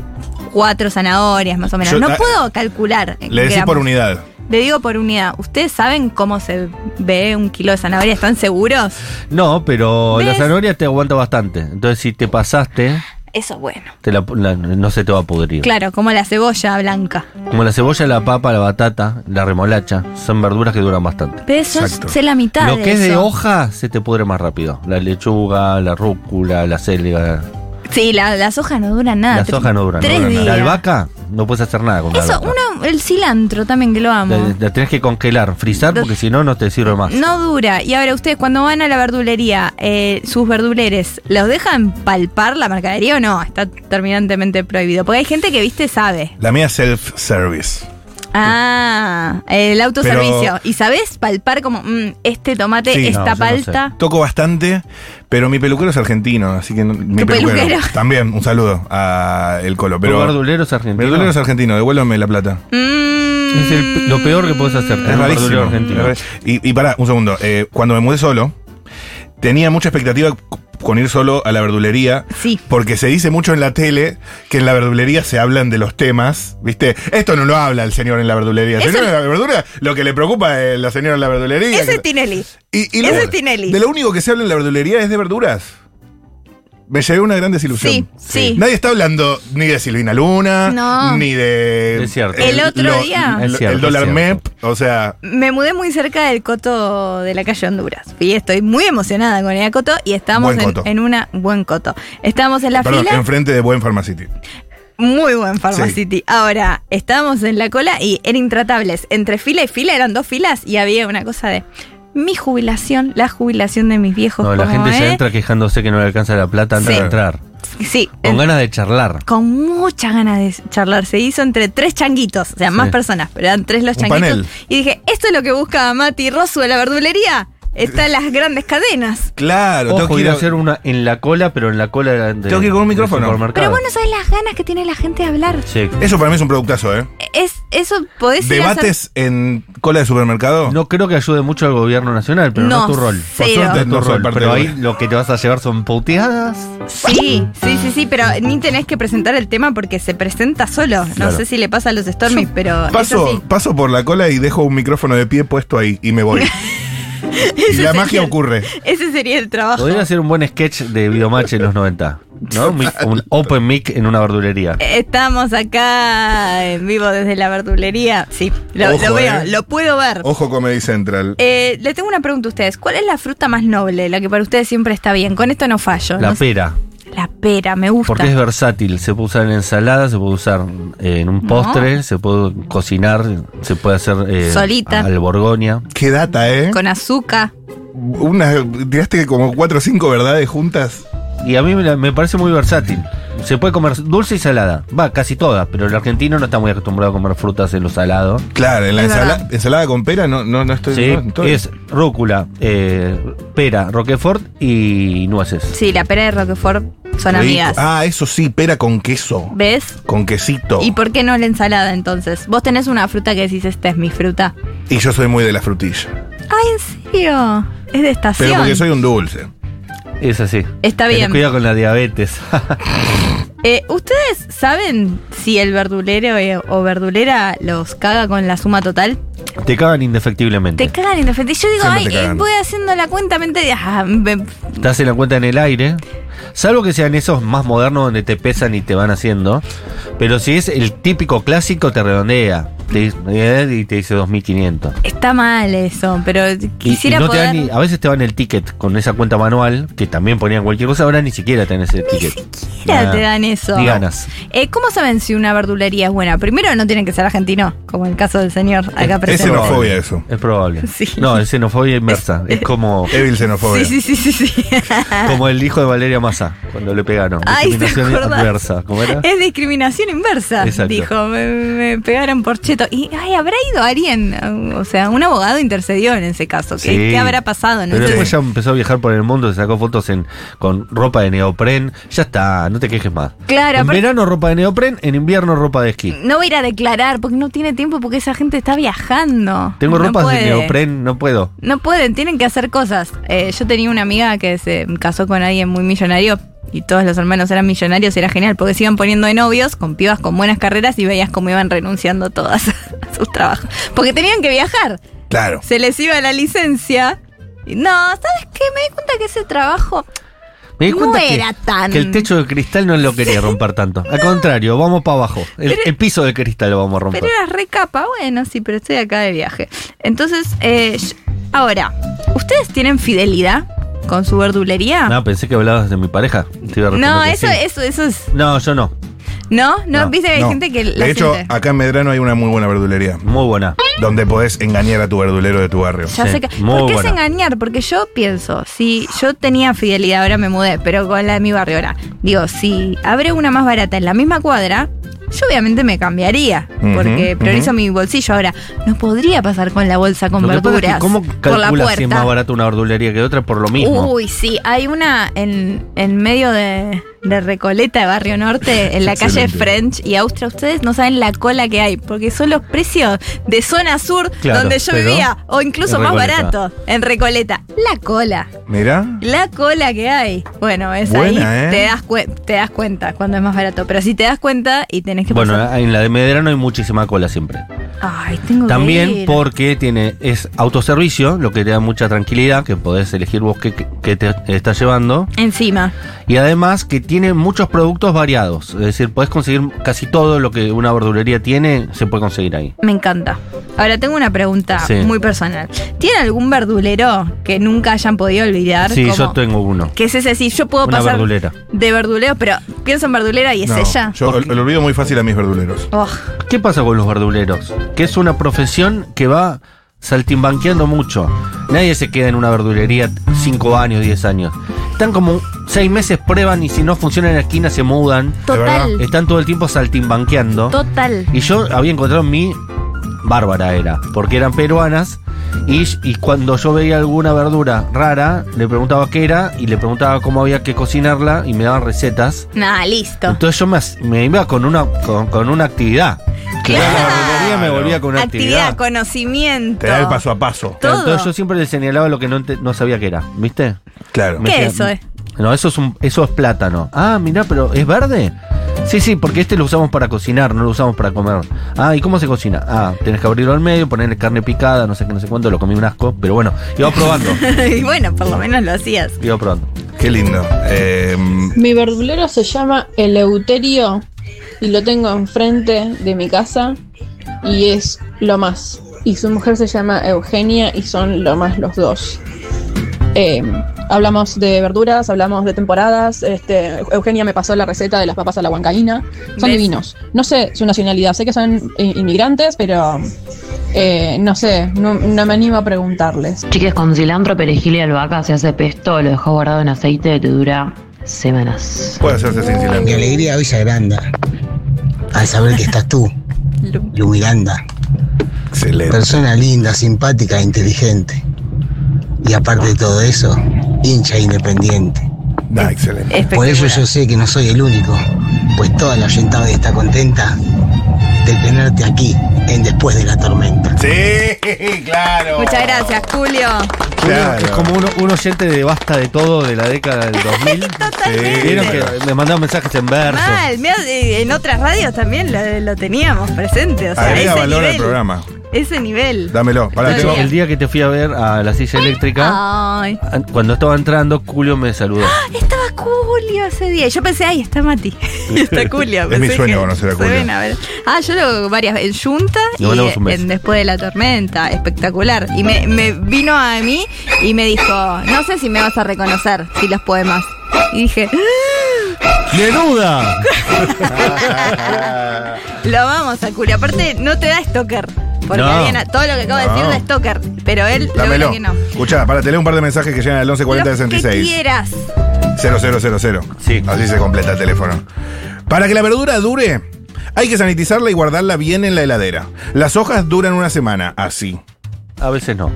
[SPEAKER 1] cuatro zanahorias, más o menos.
[SPEAKER 4] Yo
[SPEAKER 1] no
[SPEAKER 4] ta-
[SPEAKER 1] puedo calcular. en
[SPEAKER 4] Le decís por
[SPEAKER 1] gramos.
[SPEAKER 4] unidad.
[SPEAKER 1] Le digo por unidad. ¿Ustedes saben cómo se ve un kilo de zanahoria? ¿Están seguros?
[SPEAKER 3] No, pero la
[SPEAKER 1] ¿Ves?
[SPEAKER 3] zanahoria te aguanta bastante. Entonces si te pasaste,
[SPEAKER 1] Eso es bueno.
[SPEAKER 3] te la- la- no se te va a pudrir.
[SPEAKER 1] Claro, como la cebolla blanca.
[SPEAKER 3] Como la cebolla, la papa, la batata, la remolacha, son verduras que duran bastante.
[SPEAKER 1] Pero eso
[SPEAKER 4] Exacto.
[SPEAKER 1] es sé la mitad
[SPEAKER 3] Lo
[SPEAKER 1] de
[SPEAKER 3] que es de
[SPEAKER 1] eso.
[SPEAKER 3] hoja se te pudre más rápido. La lechuga, la rúcula, la selga.
[SPEAKER 1] Sí, la- las hojas no duran nada.
[SPEAKER 3] Las
[SPEAKER 1] Ah, Tres-
[SPEAKER 3] hojas no duran.
[SPEAKER 1] Tres
[SPEAKER 3] no duran
[SPEAKER 1] días.
[SPEAKER 3] nada. La albahaca no puedes hacer nada con la
[SPEAKER 1] Eso,
[SPEAKER 3] albahaca.
[SPEAKER 1] una, el cilantro también que lo amo.
[SPEAKER 3] La, la tenés que congelar, frizar, porque si no, no te sirve más.
[SPEAKER 1] No dura. Y ahora, ustedes cuando van a la verdulería, eh, sus verduleres, ¿los dejan palpar la mercadería o no? Está terminantemente prohibido. Porque hay gente que, viste, sabe.
[SPEAKER 4] La mía es self-service.
[SPEAKER 1] Ah, el autoservicio. ¿Y sabes palpar como, mm, este tomate,
[SPEAKER 4] Sí, no,
[SPEAKER 1] esta
[SPEAKER 3] yo no
[SPEAKER 1] palta?
[SPEAKER 4] Toco bastante, pero mi peluquero es argentino, así que no- mi
[SPEAKER 1] ¿Tu peluquero?
[SPEAKER 4] También, un saludo a El Colo.
[SPEAKER 3] Tu
[SPEAKER 4] Pero
[SPEAKER 3] verdulero es
[SPEAKER 4] mi
[SPEAKER 3] argentino.
[SPEAKER 4] peluquero es argentino, devuélveme la plata.
[SPEAKER 1] Mm.
[SPEAKER 3] Es el- lo peor que podés hacer.
[SPEAKER 4] Es
[SPEAKER 3] un verdulero
[SPEAKER 4] rarísimo.
[SPEAKER 3] argentino.
[SPEAKER 4] Es rarísimo. Y, y pará, un segundo. Eh, cuando me mudé solo, tenía mucha expectativa c- con ir solo a la verdulería.
[SPEAKER 1] Sí.
[SPEAKER 4] Porque se dice mucho en la tele que en la verdulería se hablan de los temas, ¿viste? Esto no lo habla el señor en la verdulería. El
[SPEAKER 1] Eso-
[SPEAKER 4] señor en la verdulería, lo que le preocupa es la señora en la verdulería.
[SPEAKER 1] Ese es
[SPEAKER 4] Que-
[SPEAKER 1] Tinelli.
[SPEAKER 4] y, y lo-
[SPEAKER 1] ese es Tinelli.
[SPEAKER 4] De lo único que se habla en la verdulería es de verduras. Me llevé una gran desilusión.
[SPEAKER 1] Sí, sí.
[SPEAKER 4] Nadie está hablando ni de Silvina Luna,
[SPEAKER 1] No.
[SPEAKER 4] ni de.
[SPEAKER 3] Es cierto.
[SPEAKER 1] El otro día.
[SPEAKER 4] El,
[SPEAKER 3] Es cierto,
[SPEAKER 4] el dólar
[SPEAKER 3] es
[SPEAKER 4] MEP,
[SPEAKER 3] cierto.
[SPEAKER 4] o sea.
[SPEAKER 1] Me mudé muy cerca del coto de la calle Honduras. Y estoy muy emocionada con el coto y estábamos
[SPEAKER 4] Buen
[SPEAKER 1] en,
[SPEAKER 4] coto.
[SPEAKER 1] en una buen coto. Estábamos en la
[SPEAKER 4] Perdón,
[SPEAKER 1] fila,
[SPEAKER 4] enfrente de Buen Pharmacity.
[SPEAKER 1] muy buen Pharmacity.
[SPEAKER 4] Sí.
[SPEAKER 1] Ahora, estábamos en la cola y eran intratables. Entre fila y fila eran dos filas y había una cosa de mi jubilación, la jubilación de mis viejos.
[SPEAKER 3] No, la
[SPEAKER 1] como,
[SPEAKER 3] gente ya
[SPEAKER 1] ¿eh?
[SPEAKER 3] entra quejándose que no le alcanza la plata antes
[SPEAKER 1] Sí.
[SPEAKER 3] de entrar.
[SPEAKER 1] Sí.
[SPEAKER 3] Con ganas de charlar.
[SPEAKER 1] con muchas ganas de charlar. Se hizo entre tres changuitos, o sea, más
[SPEAKER 3] Sí.
[SPEAKER 1] personas, pero eran tres los
[SPEAKER 4] Un
[SPEAKER 1] changuitos.
[SPEAKER 4] panel.
[SPEAKER 1] Y dije, esto es lo que busca Mati Rosu de la verdulería. Están las grandes cadenas.
[SPEAKER 4] Claro,
[SPEAKER 3] Ojo, ir a hacer una en la cola, pero en la cola de,
[SPEAKER 4] Tengo que ir con un
[SPEAKER 3] del
[SPEAKER 4] micrófono.
[SPEAKER 3] supermercado.
[SPEAKER 1] Pero bueno, sabes las ganas que tiene la gente de hablar.
[SPEAKER 3] Sí.
[SPEAKER 4] Eso para mí es un productazo, ¿eh?
[SPEAKER 1] Es, eso podés ir a hacer-
[SPEAKER 4] Debates en cola de supermercado.
[SPEAKER 3] No creo que ayude mucho al gobierno nacional, pero no,
[SPEAKER 1] No,
[SPEAKER 3] es tu rol.
[SPEAKER 1] Por cero. suerte
[SPEAKER 3] No es tu
[SPEAKER 4] no soy
[SPEAKER 3] rol,
[SPEAKER 4] parte
[SPEAKER 3] pero
[SPEAKER 4] de-
[SPEAKER 3] ahí lo que te vas a llevar son puteadas.
[SPEAKER 1] Sí, sí, sí, sí, pero ni tenés que presentar el tema porque se presenta solo. No
[SPEAKER 3] Claro.
[SPEAKER 1] sé si le pasa a los Stormy, pero es
[SPEAKER 4] Paso,
[SPEAKER 1] así.
[SPEAKER 4] paso por la cola y dejo un micrófono de pie puesto ahí y me voy. y
[SPEAKER 1] Ese
[SPEAKER 4] la
[SPEAKER 1] sería
[SPEAKER 4] magia
[SPEAKER 1] el-
[SPEAKER 4] ocurre.
[SPEAKER 1] Ese sería el trabajo.
[SPEAKER 3] Podría ser un buen sketch de Videomatch en los 90. ¿no? Un, mic- un open mic en una verdulería.
[SPEAKER 1] Eh, Estamos acá en vivo desde la verdulería. Sí, lo,
[SPEAKER 4] Ojo,
[SPEAKER 1] lo veo,
[SPEAKER 4] eh.
[SPEAKER 1] lo puedo ver.
[SPEAKER 4] Ojo Comedy Central.
[SPEAKER 1] Eh, le tengo una pregunta a ustedes. ¿Cuál es la fruta más noble, la que para ustedes siempre está bien? Con esto no fallo.
[SPEAKER 3] La
[SPEAKER 1] no sé.
[SPEAKER 3] pera.
[SPEAKER 1] La pera, me gusta.
[SPEAKER 3] Porque es versátil, se puede usar en ensalada, se puede usar eh, en un postre, se puede cocinar, se puede hacer eh,
[SPEAKER 1] Solita.
[SPEAKER 3] al borgoña.
[SPEAKER 4] Qué data, ¿eh?
[SPEAKER 1] Con azúcar.
[SPEAKER 4] Una, tiraste como cuatro o cinco verdades juntas.
[SPEAKER 3] Y a mí me, la- me parece muy versátil. Se puede comer dulce y salada, va, casi todas, pero el argentino no está muy acostumbrado a comer frutas en lo salado.
[SPEAKER 4] Claro, en la
[SPEAKER 1] Es
[SPEAKER 4] ensala-
[SPEAKER 1] verdad.
[SPEAKER 4] ensalada con pera no, no, no estoy...
[SPEAKER 3] Sí,
[SPEAKER 4] no, estoy-
[SPEAKER 3] es rúcula, eh, pera, roquefort y nueces.
[SPEAKER 1] Sí, la pera de Roquefort son
[SPEAKER 4] Rico.
[SPEAKER 1] amigas.
[SPEAKER 4] Ah, eso sí, pera con queso.
[SPEAKER 1] ¿Ves?
[SPEAKER 4] Con quesito.
[SPEAKER 1] ¿Y
[SPEAKER 4] Y,
[SPEAKER 1] por qué no la ensalada entonces? Vos tenés una fruta que decís, esta es mi fruta.
[SPEAKER 4] yo soy muy de la frutilla.
[SPEAKER 1] Ay, ¿en serio? Es de estación.
[SPEAKER 4] Pero porque soy un dulce.
[SPEAKER 3] Es así.
[SPEAKER 1] Está
[SPEAKER 3] Tenés
[SPEAKER 1] bien.
[SPEAKER 3] Cuidado con la diabetes.
[SPEAKER 1] Eh, ¿Ustedes saben si el verdulero eh, o verdulera los caga con la suma total?
[SPEAKER 3] Te cagan indefectiblemente.
[SPEAKER 1] Te cagan indefectiblemente. Yo digo,
[SPEAKER 4] Siempre
[SPEAKER 1] ay,
[SPEAKER 4] te
[SPEAKER 1] eh,
[SPEAKER 4] cagan.
[SPEAKER 1] voy haciendo la cuenta mente. Ah, me-
[SPEAKER 3] Te hacen la cuenta en el aire. Salvo que sean esos más modernos donde te pesan y te van haciendo. Pero si es el típico clásico, te redondea. Te, eh, y te dice 2500.
[SPEAKER 1] está mal eso, pero
[SPEAKER 3] Y,
[SPEAKER 1] quisiera
[SPEAKER 3] y no te
[SPEAKER 1] poder.
[SPEAKER 3] dan ni- a veces te dan el ticket con esa cuenta manual, que también ponían cualquier cosa. Ahora ni siquiera tenés el ticket.
[SPEAKER 1] siquiera
[SPEAKER 3] Nah,
[SPEAKER 1] te dan eso.
[SPEAKER 3] Ni ganas.
[SPEAKER 1] Eh, ¿Cómo saben si una verdulería es buena? Primero, no tienen que ser argentino, como el caso del señor acá
[SPEAKER 4] Es
[SPEAKER 1] presente.
[SPEAKER 4] xenofobia eso.
[SPEAKER 3] Es probable.
[SPEAKER 1] Sí.
[SPEAKER 3] No, es xenofobia inversa. Es como,
[SPEAKER 4] Evil xenofobia.
[SPEAKER 1] Sí, sí, sí, sí. sí.
[SPEAKER 3] como el hijo de Valeria Massa, cuando le pegaron.
[SPEAKER 1] Ay, ¿te
[SPEAKER 3] Discriminación
[SPEAKER 1] acordás?
[SPEAKER 3] adversa. ¿Cómo era?
[SPEAKER 1] Es discriminación inversa,
[SPEAKER 3] Exacto.
[SPEAKER 1] dijo. Me, me pegaron por cheto. Y, ay, ¿habrá ido alguien? O sea, un abogado intercedió en ese caso. ¿Qué,
[SPEAKER 3] Sí.
[SPEAKER 1] qué habrá pasado? No
[SPEAKER 3] Pero
[SPEAKER 1] sé.
[SPEAKER 3] después ya empezó a viajar por el mundo, se sacó fotos en, con ropa de neopren. Ya está, no te quejes más.
[SPEAKER 1] Claro,
[SPEAKER 3] en
[SPEAKER 1] aparte-
[SPEAKER 3] verano ropa de neopren, en invierno ropa de esquí.
[SPEAKER 1] No voy a ir a declarar porque no tiene tiempo porque esa gente está viajando.
[SPEAKER 3] Tengo
[SPEAKER 1] no
[SPEAKER 3] ropas de
[SPEAKER 1] puede.
[SPEAKER 3] neopren, no puedo.
[SPEAKER 1] No pueden, tienen que hacer cosas. Eh, yo tenía una amiga que se casó con alguien muy millonario y todos los hermanos eran millonarios, era genial porque se iban poniendo de novios con pibas con buenas carreras y veías cómo iban renunciando todas a sus trabajos. Porque tenían que viajar.
[SPEAKER 4] Claro.
[SPEAKER 1] se les iba la licencia. Y No, ¿sabes qué? Me di cuenta que ese trabajo.
[SPEAKER 3] Me di
[SPEAKER 1] No
[SPEAKER 3] cuenta que-
[SPEAKER 1] era
[SPEAKER 3] que,
[SPEAKER 1] tan-
[SPEAKER 3] el techo de cristal no lo quería romper tanto. Al contrario, vamos para abajo. El, el piso de cristal lo vamos a romper.
[SPEAKER 1] Pero eras re capa. Bueno, sí, pero estoy acá de viaje. Entonces, eh, yo- ahora, ¿ustedes tienen fidelidad con su verdulería?
[SPEAKER 3] No, pensé que hablabas de mi pareja. Te iba a
[SPEAKER 1] No,
[SPEAKER 3] responder que
[SPEAKER 1] eso,
[SPEAKER 3] sí.
[SPEAKER 1] eso, eso es.
[SPEAKER 3] No, yo no.
[SPEAKER 1] No, no,
[SPEAKER 3] No, ah,
[SPEAKER 1] viste que hay
[SPEAKER 4] No.
[SPEAKER 1] gente que la
[SPEAKER 4] de hecho,
[SPEAKER 1] siente.
[SPEAKER 4] acá en Medrano hay una muy buena verdulería.
[SPEAKER 3] Muy buena.
[SPEAKER 4] Donde podés engañar a tu verdulero de tu barrio.
[SPEAKER 1] Ya
[SPEAKER 3] Sí,
[SPEAKER 1] sé que.
[SPEAKER 3] muy
[SPEAKER 1] ¿Por qué
[SPEAKER 3] buena.
[SPEAKER 1] es engañar? Porque yo pienso, si yo tenía fidelidad, ahora me mudé, pero con la de mi barrio ahora. Digo, si abre una más barata en la misma cuadra, yo obviamente me cambiaría.
[SPEAKER 4] Ujú,
[SPEAKER 1] porque priorizo
[SPEAKER 4] ujú.
[SPEAKER 1] mi bolsillo ahora. No podría pasar con la bolsa con
[SPEAKER 3] Lo que pasa es que
[SPEAKER 1] verduras.
[SPEAKER 3] ¿Cómo
[SPEAKER 1] por la
[SPEAKER 3] calculas
[SPEAKER 1] puerta.
[SPEAKER 3] si es más barata una verdulería que otra por lo mismo?
[SPEAKER 1] Uy, sí, hay una en, en medio de, de Recoleta, de Barrio Norte, en la calle
[SPEAKER 4] Excelente.
[SPEAKER 1] French y Austria. Ustedes no saben la cola que hay, porque son los precios de zona sur
[SPEAKER 3] Claro,
[SPEAKER 1] donde yo
[SPEAKER 3] pero
[SPEAKER 1] vivía, o incluso
[SPEAKER 3] en
[SPEAKER 1] más
[SPEAKER 3] Recoleta.
[SPEAKER 1] barato, en Recoleta. La cola,
[SPEAKER 4] Mirá.
[SPEAKER 1] la cola que hay. Bueno, es ahí,
[SPEAKER 4] Buena, ¿eh?
[SPEAKER 1] te, das cuen- te das cuenta cuando es más barato, pero si te das cuenta y tenés que
[SPEAKER 3] Bueno,
[SPEAKER 1] pasar-
[SPEAKER 3] en la de Medrano hay muchísima cola siempre.
[SPEAKER 1] Ay, tengo que
[SPEAKER 3] También
[SPEAKER 1] ir.
[SPEAKER 3] porque tiene es autoservicio, lo que te da mucha tranquilidad, que podés elegir vos qué, qué te estás llevando.
[SPEAKER 1] Encima.
[SPEAKER 3] Y además que tiene muchos productos variados. Es decir, podés conseguir casi todo lo que una verdulería tiene, se puede conseguir ahí.
[SPEAKER 1] Me encanta. Ahora tengo una pregunta
[SPEAKER 3] Sí.
[SPEAKER 1] muy personal. ¿Tiene algún verdulero que nunca hayan podido olvidar?
[SPEAKER 3] Sí,
[SPEAKER 1] Como-
[SPEAKER 3] yo tengo uno.
[SPEAKER 1] Que es ese, sí, yo puedo
[SPEAKER 3] Una
[SPEAKER 1] pasar
[SPEAKER 3] verdulera.
[SPEAKER 1] de verdulero, pero pienso en verdulera y es
[SPEAKER 4] No,
[SPEAKER 1] ella.
[SPEAKER 4] Yo lo lo olvido muy fácil a mis verduleros.
[SPEAKER 1] Oh,
[SPEAKER 3] ¿Qué pasa con los verduleros? Que es una profesión que va saltimbanqueando mucho. Nadie se queda en una verdulería 5 años, 10 años. Están como 6 meses, prueban y si no funciona en la esquina se mudan.
[SPEAKER 1] total,
[SPEAKER 3] Están todo el tiempo saltimbanqueando.
[SPEAKER 1] total.
[SPEAKER 3] Y yo había encontrado en mí, Bárbara era, porque eran peruanas. Y, y cuando yo veía alguna verdura rara, le preguntaba qué era y le preguntaba cómo había que cocinarla y me daban recetas.
[SPEAKER 1] Nada, listo.
[SPEAKER 3] Entonces yo me, as- me iba con una, con, con una actividad.
[SPEAKER 1] Claro.
[SPEAKER 3] Iba a la verdulería y me volvía con una
[SPEAKER 1] Actividad,
[SPEAKER 3] actividad.
[SPEAKER 1] conocimiento.
[SPEAKER 4] Te da el paso a paso.
[SPEAKER 1] todo.
[SPEAKER 3] Entonces yo siempre le señalaba lo que no, ente- no sabía que era, ¿viste?
[SPEAKER 4] Claro.
[SPEAKER 1] ¿Qué eso es?
[SPEAKER 3] No, eso es, un, eso es plátano. Ah, mirá, pero ¿es verde? Sí, sí, porque este lo usamos para cocinar, no lo usamos para comer. Ah, ¿y cómo se cocina? Ah, tenés que abrirlo al medio, ponerle carne picada, no sé qué, no sé cuánto, lo comí un asco, pero bueno, iba probando,
[SPEAKER 1] y bueno, por lo menos lo hacías.
[SPEAKER 3] iba probando.
[SPEAKER 4] Qué lindo. Eh,
[SPEAKER 5] Mi verdulero se llama Eleuterio y lo tengo enfrente de mi casa y es lo más. Y su mujer se llama Eugenia y son lo más los dos. Eh, hablamos de verduras, hablamos de temporadas. Este, Eugenia me pasó la receta de las papas a la huancaína. Son
[SPEAKER 1] ¿Ves?
[SPEAKER 5] divinos. No sé su nacionalidad, sé que son in- inmigrantes, pero eh, no sé, no, no me animo a preguntarles.
[SPEAKER 6] Chiques, con cilantro, perejil y albahaca se hace pesto, lo dejas guardado en aceite, te dura semanas.
[SPEAKER 4] Puede hacerse sin
[SPEAKER 7] Mi
[SPEAKER 4] cilantro.
[SPEAKER 7] alegría hoy se agranda al saber que estás tú,
[SPEAKER 1] Lu-
[SPEAKER 7] Lu Miranda.
[SPEAKER 4] Excelente.
[SPEAKER 7] Persona linda, simpática, e inteligente. Y aparte de todo eso, hincha e independiente.
[SPEAKER 4] Da, Ah, excelente.
[SPEAKER 7] Por
[SPEAKER 1] Espectacular.
[SPEAKER 7] ello yo sé que no soy el único, pues toda la oyentada está contenta de tenerte aquí en Después de la Tormenta.
[SPEAKER 4] Sí, claro.
[SPEAKER 1] Muchas gracias, Julio.
[SPEAKER 4] Claro.
[SPEAKER 3] Es como uno- un oyente de basta de todo de la década del 2000.
[SPEAKER 4] Sí.
[SPEAKER 1] Totalmente.
[SPEAKER 3] Vieron que me mandaban mensajes en verso.
[SPEAKER 1] Mal, mirá, eh, en otras radios también lo, lo teníamos presente. O sea,
[SPEAKER 4] Agrega
[SPEAKER 1] ese
[SPEAKER 4] valor
[SPEAKER 1] nivel,
[SPEAKER 4] al programa.
[SPEAKER 1] Ese nivel.
[SPEAKER 4] Dámelo. Para,
[SPEAKER 1] Estoy
[SPEAKER 4] tengo,
[SPEAKER 1] bien.
[SPEAKER 3] El día que te fui a ver a la silla
[SPEAKER 1] Ah.
[SPEAKER 3] eléctrica,
[SPEAKER 1] Ay,
[SPEAKER 3] an- cuando estaba entrando, Julio me saludó.
[SPEAKER 1] estaba Julio ese día. Yo pensé, ay, está Mati. Y está Julio.
[SPEAKER 4] Es
[SPEAKER 1] Pensé
[SPEAKER 4] mi sueño
[SPEAKER 1] que
[SPEAKER 4] conocer a
[SPEAKER 1] se
[SPEAKER 4] Julio.
[SPEAKER 1] ven a ver. Ah, yo lo varias veces. En Junta
[SPEAKER 3] Le
[SPEAKER 1] y
[SPEAKER 3] mandamos un beso.
[SPEAKER 1] en Después de la Tormenta. Espectacular. Y me, me vino a mí y me dijo, no sé si me vas a reconocer si los poemas. Y dije, "Ah,
[SPEAKER 3] ¡Menuda!
[SPEAKER 1] Lo vamos a Julio. Aparte, no te da Stoker. Porque
[SPEAKER 3] No.
[SPEAKER 1] habían- todo lo que acabo de
[SPEAKER 4] No.
[SPEAKER 1] decir da Stoker. Pero él
[SPEAKER 4] dámelo.
[SPEAKER 1] logra que no.
[SPEAKER 4] Escuchá, para, te leo un par de mensajes que llegan al
[SPEAKER 1] Los Que
[SPEAKER 4] 114066.
[SPEAKER 1] quieras.
[SPEAKER 4] 0000.
[SPEAKER 3] Sí.
[SPEAKER 4] Así se completa el teléfono. Para que la verdura dure, hay que sanitizarla y guardarla bien en la heladera. Las hojas duran una semana, así.
[SPEAKER 3] A veces no.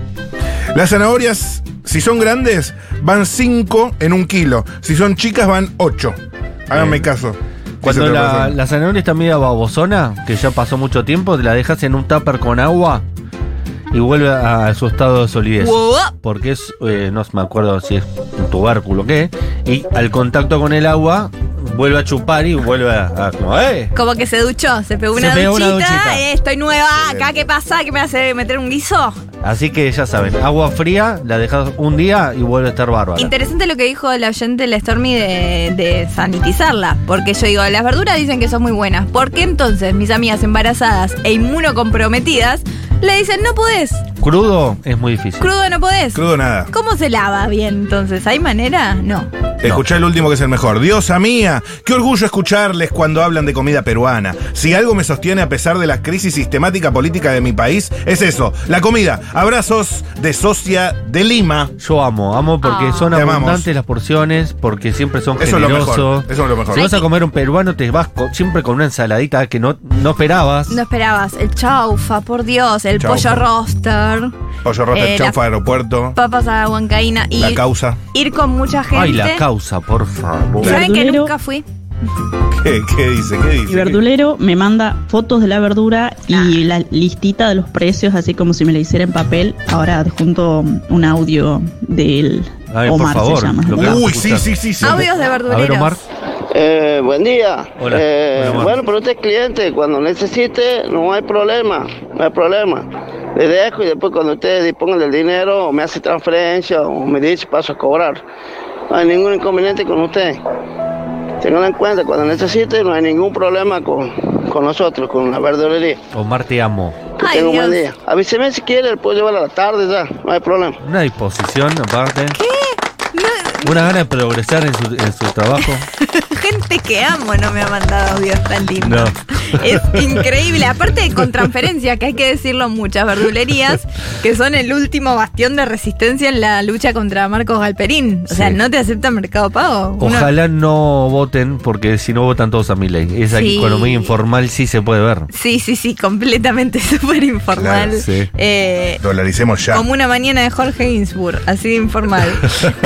[SPEAKER 4] Las zanahorias, si son grandes, van 5 en un kilo. Si son chicas, van 8. Háganme
[SPEAKER 3] Bien.
[SPEAKER 4] caso.
[SPEAKER 3] Cuando
[SPEAKER 4] Dice otra
[SPEAKER 3] la,
[SPEAKER 4] persona.
[SPEAKER 3] la zanahoria está media babosona, que ya pasó mucho tiempo, te la dejas en un tupper con agua y vuelve a, su estado de solidez.
[SPEAKER 1] Wow.
[SPEAKER 3] Porque es, eh, no me acuerdo si es un tubérculo o qué, y al contacto con el agua vuelve a chupar y vuelve a. a- como, ¡eh!
[SPEAKER 1] Como que se duchó, se pegó una
[SPEAKER 3] Se pegó una
[SPEAKER 1] duchita.
[SPEAKER 3] duchita.
[SPEAKER 1] eh, estoy nueva acá, ¿qué pasa? ¿Qué me hace meter un guiso?
[SPEAKER 3] Así que ya saben, agua fría, la dejas un día y vuelve a estar bárbara.
[SPEAKER 1] Interesante lo que dijo la oyente la Stormy de, de sanitizarla. Porque yo digo, las verduras dicen que son muy buenas. ¿Por qué entonces mis amigas embarazadas e inmunocomprometidas le dicen no podés?
[SPEAKER 3] Crudo es muy difícil.
[SPEAKER 1] Crudo no podés.
[SPEAKER 4] Crudo nada.
[SPEAKER 1] ¿Cómo se lava bien entonces? ¿Hay manera? No.
[SPEAKER 4] Escuchá el último que es el mejor. Diosa mía, qué orgullo escucharles cuando hablan de comida peruana. Si algo me sostiene a pesar de la crisis sistemática política de mi país, es eso, la comida. Abrazos de socia de Lima.
[SPEAKER 3] Yo amo, amo porque
[SPEAKER 1] Ah.
[SPEAKER 3] son
[SPEAKER 4] Te amamos.
[SPEAKER 3] abundantes las porciones, porque siempre son
[SPEAKER 4] Eso es lo mejor.
[SPEAKER 3] generosos.
[SPEAKER 4] Eso es lo mejor.
[SPEAKER 3] Si vas a comer un peruano, te vas co- siempre con una ensaladita que no, no esperabas.
[SPEAKER 1] No esperabas. El chaufa, por Dios. El
[SPEAKER 4] Chaufa.
[SPEAKER 1] pollo roster.
[SPEAKER 4] Pollo roster,
[SPEAKER 1] Eh, la-
[SPEAKER 4] chaufa, aeropuerto,
[SPEAKER 1] Papas a la huancaína. Y
[SPEAKER 4] la causa.
[SPEAKER 1] ir con mucha gente.
[SPEAKER 3] Ay, la causa, por favor.
[SPEAKER 8] Claro.
[SPEAKER 1] ¿Saben que
[SPEAKER 8] Verdulero.
[SPEAKER 1] nunca fui?
[SPEAKER 4] ¿Qué, qué dice? ¿Qué dice?
[SPEAKER 8] Mi verdulero me manda fotos de la verdura y la listita de los precios, así como si me la hiciera en papel. Ahora adjunto un audio del
[SPEAKER 3] Ay, por
[SPEAKER 8] Omar
[SPEAKER 3] favor,
[SPEAKER 8] se llama.
[SPEAKER 3] lo que-
[SPEAKER 8] Omar.
[SPEAKER 4] Uy, sí, sí, sí, sí.
[SPEAKER 1] Audios de
[SPEAKER 3] A
[SPEAKER 1] verdureros.
[SPEAKER 3] ver, Omar.
[SPEAKER 9] Eh, buen día.
[SPEAKER 3] Hola.
[SPEAKER 9] Eh,
[SPEAKER 3] Hola, Omar.
[SPEAKER 9] bueno, pero usted es cliente. Cuando necesite, no hay problema. No hay problema. Le dejo y después cuando usted disponga del dinero, o me hace transferencia o me dice paso a cobrar. No hay ningún inconveniente con usted. Tengan en cuenta, cuando necesite, no hay ningún problema con, con nosotros, con la verdulería.
[SPEAKER 3] Omar, te amo.
[SPEAKER 9] Que
[SPEAKER 1] Ay,
[SPEAKER 9] tenga un buen
[SPEAKER 1] Dios.
[SPEAKER 9] día. Avíseme si quiere, le puedo llevar a la tarde ya. No hay problema.
[SPEAKER 3] Una disposición, aparte.
[SPEAKER 1] No,
[SPEAKER 3] Una gana de progresar en su, en su trabajo.
[SPEAKER 1] gente que amo no me ha mandado audios tan lindos.
[SPEAKER 3] No.
[SPEAKER 1] Es increíble. Aparte con transferencia, que hay que decirlo muchas verdulerías, que son el último bastión de resistencia en la lucha contra Marcos Galperín. O sea,
[SPEAKER 3] Sí.
[SPEAKER 1] no te aceptan Mercado Pago. Uno-
[SPEAKER 3] Ojalá no voten, porque si no votan todos a mi ley. Esa
[SPEAKER 1] Sí.
[SPEAKER 3] economía informal sí se puede ver.
[SPEAKER 1] Sí, sí, sí, completamente súper informal.
[SPEAKER 4] Claro, sí.
[SPEAKER 1] Eh,
[SPEAKER 4] Dolaricemos ya.
[SPEAKER 1] como una mañana de Jorge Ginsburg, así de informal.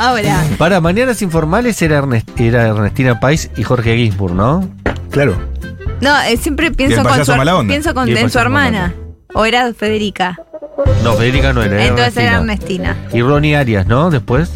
[SPEAKER 1] Ahora,
[SPEAKER 3] Para mañanas informales era, Ernest- era Ernestina Pais y Jorge Ginsburg, ¿no?
[SPEAKER 4] Claro.
[SPEAKER 1] no, eh, siempre pienso con,
[SPEAKER 4] payaso
[SPEAKER 1] su,
[SPEAKER 4] mala onda.
[SPEAKER 1] pienso con,
[SPEAKER 3] Y el
[SPEAKER 1] en su
[SPEAKER 3] payaso mala
[SPEAKER 1] hermana. O era Federica.
[SPEAKER 3] No, Federica no era. era
[SPEAKER 1] Entonces era
[SPEAKER 3] Ernestina.
[SPEAKER 1] Ernestina.
[SPEAKER 3] Y Ronnie Arias, ¿no? Después.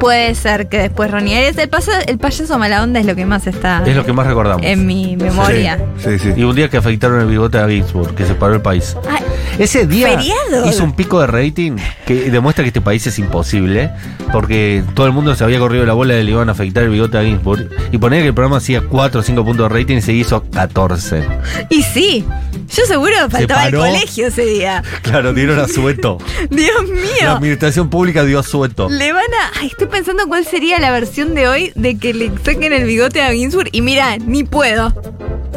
[SPEAKER 1] Puede ser que después Ronnie. Es el, paso, el payaso mala onda es lo que más está
[SPEAKER 3] Es lo que más recordamos.
[SPEAKER 1] en mi memoria.
[SPEAKER 4] Sí, sí.
[SPEAKER 3] Y un día que afeitaron el bigote a Ginsburg, que se paró el país.
[SPEAKER 1] Ay,
[SPEAKER 3] Ese día
[SPEAKER 1] Feriado.
[SPEAKER 3] hizo un pico de rating que demuestra que este país es imposible, porque todo el mundo se había corrido la bola de le iban a afectar el bigote a Ginsburg. Y ponía que el programa hacía 4 o 5 puntos de rating y se hizo 14.
[SPEAKER 1] y sí, yo seguro faltaba al
[SPEAKER 3] paró.
[SPEAKER 1] colegio ese día.
[SPEAKER 3] Claro, dieron a sueto.
[SPEAKER 1] Dios
[SPEAKER 3] La
[SPEAKER 1] mío.
[SPEAKER 3] administración pública dio a sueto.
[SPEAKER 1] Le van a. Ay, estoy pensando cuál sería la versión de hoy de que le saquen el bigote a Ginsburg. Y mira, ni puedo.